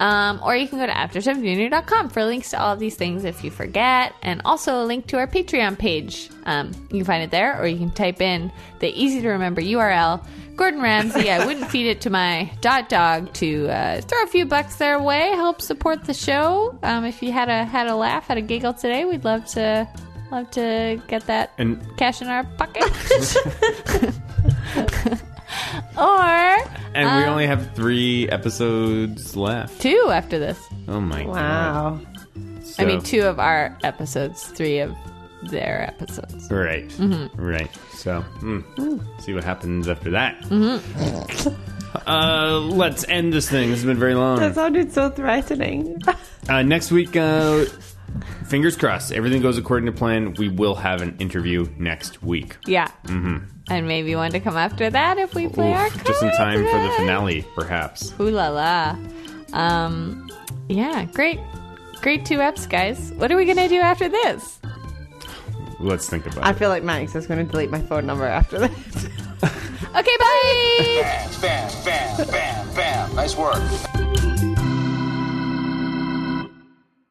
[SPEAKER 2] Um, or you can go to AfterChefJunior.com for links to all these things if you forget, and also a link to our Patreon page. Um, you can find it there, or you can type in the easy to remember URL Gordon Ramsay, I wouldn't feed it to my dot dog to uh, throw a few bucks their way, help support the show. Um, if you had a had a laugh, had a giggle today, we'd love to love to get that
[SPEAKER 1] And
[SPEAKER 2] cash in our pocket. or
[SPEAKER 1] and
[SPEAKER 2] uh,
[SPEAKER 1] we only have three episodes left.
[SPEAKER 2] two after this.
[SPEAKER 1] Oh my god!
[SPEAKER 3] Wow.
[SPEAKER 2] I mean, two of our episodes, three of their episodes.
[SPEAKER 1] Right,
[SPEAKER 2] Mm-hmm.
[SPEAKER 1] right. So, mm, see what happens after that.
[SPEAKER 2] Mm-hmm.
[SPEAKER 1] Uh, let's end this thing. This has been very
[SPEAKER 3] That
[SPEAKER 1] long.
[SPEAKER 3] sounded so threatening.
[SPEAKER 1] Uh, next week, uh, fingers crossed, everything goes according to plan. We will have an interview next week.
[SPEAKER 2] Yeah. Mm-hmm. And maybe one to come after that if we play our
[SPEAKER 1] Oof, just in time for the
[SPEAKER 2] cards right.
[SPEAKER 1] finale, perhaps.
[SPEAKER 2] Ooh la la. Um, yeah, great. Great two eps, guys. What are we going to do after this?
[SPEAKER 1] Let's think about
[SPEAKER 3] I
[SPEAKER 1] it.
[SPEAKER 3] feel like Max is going to delete my phone number after this.
[SPEAKER 2] Okay, bye.
[SPEAKER 7] Bam, bam, bam, bam, bam. Nice work.
[SPEAKER 1] Bam,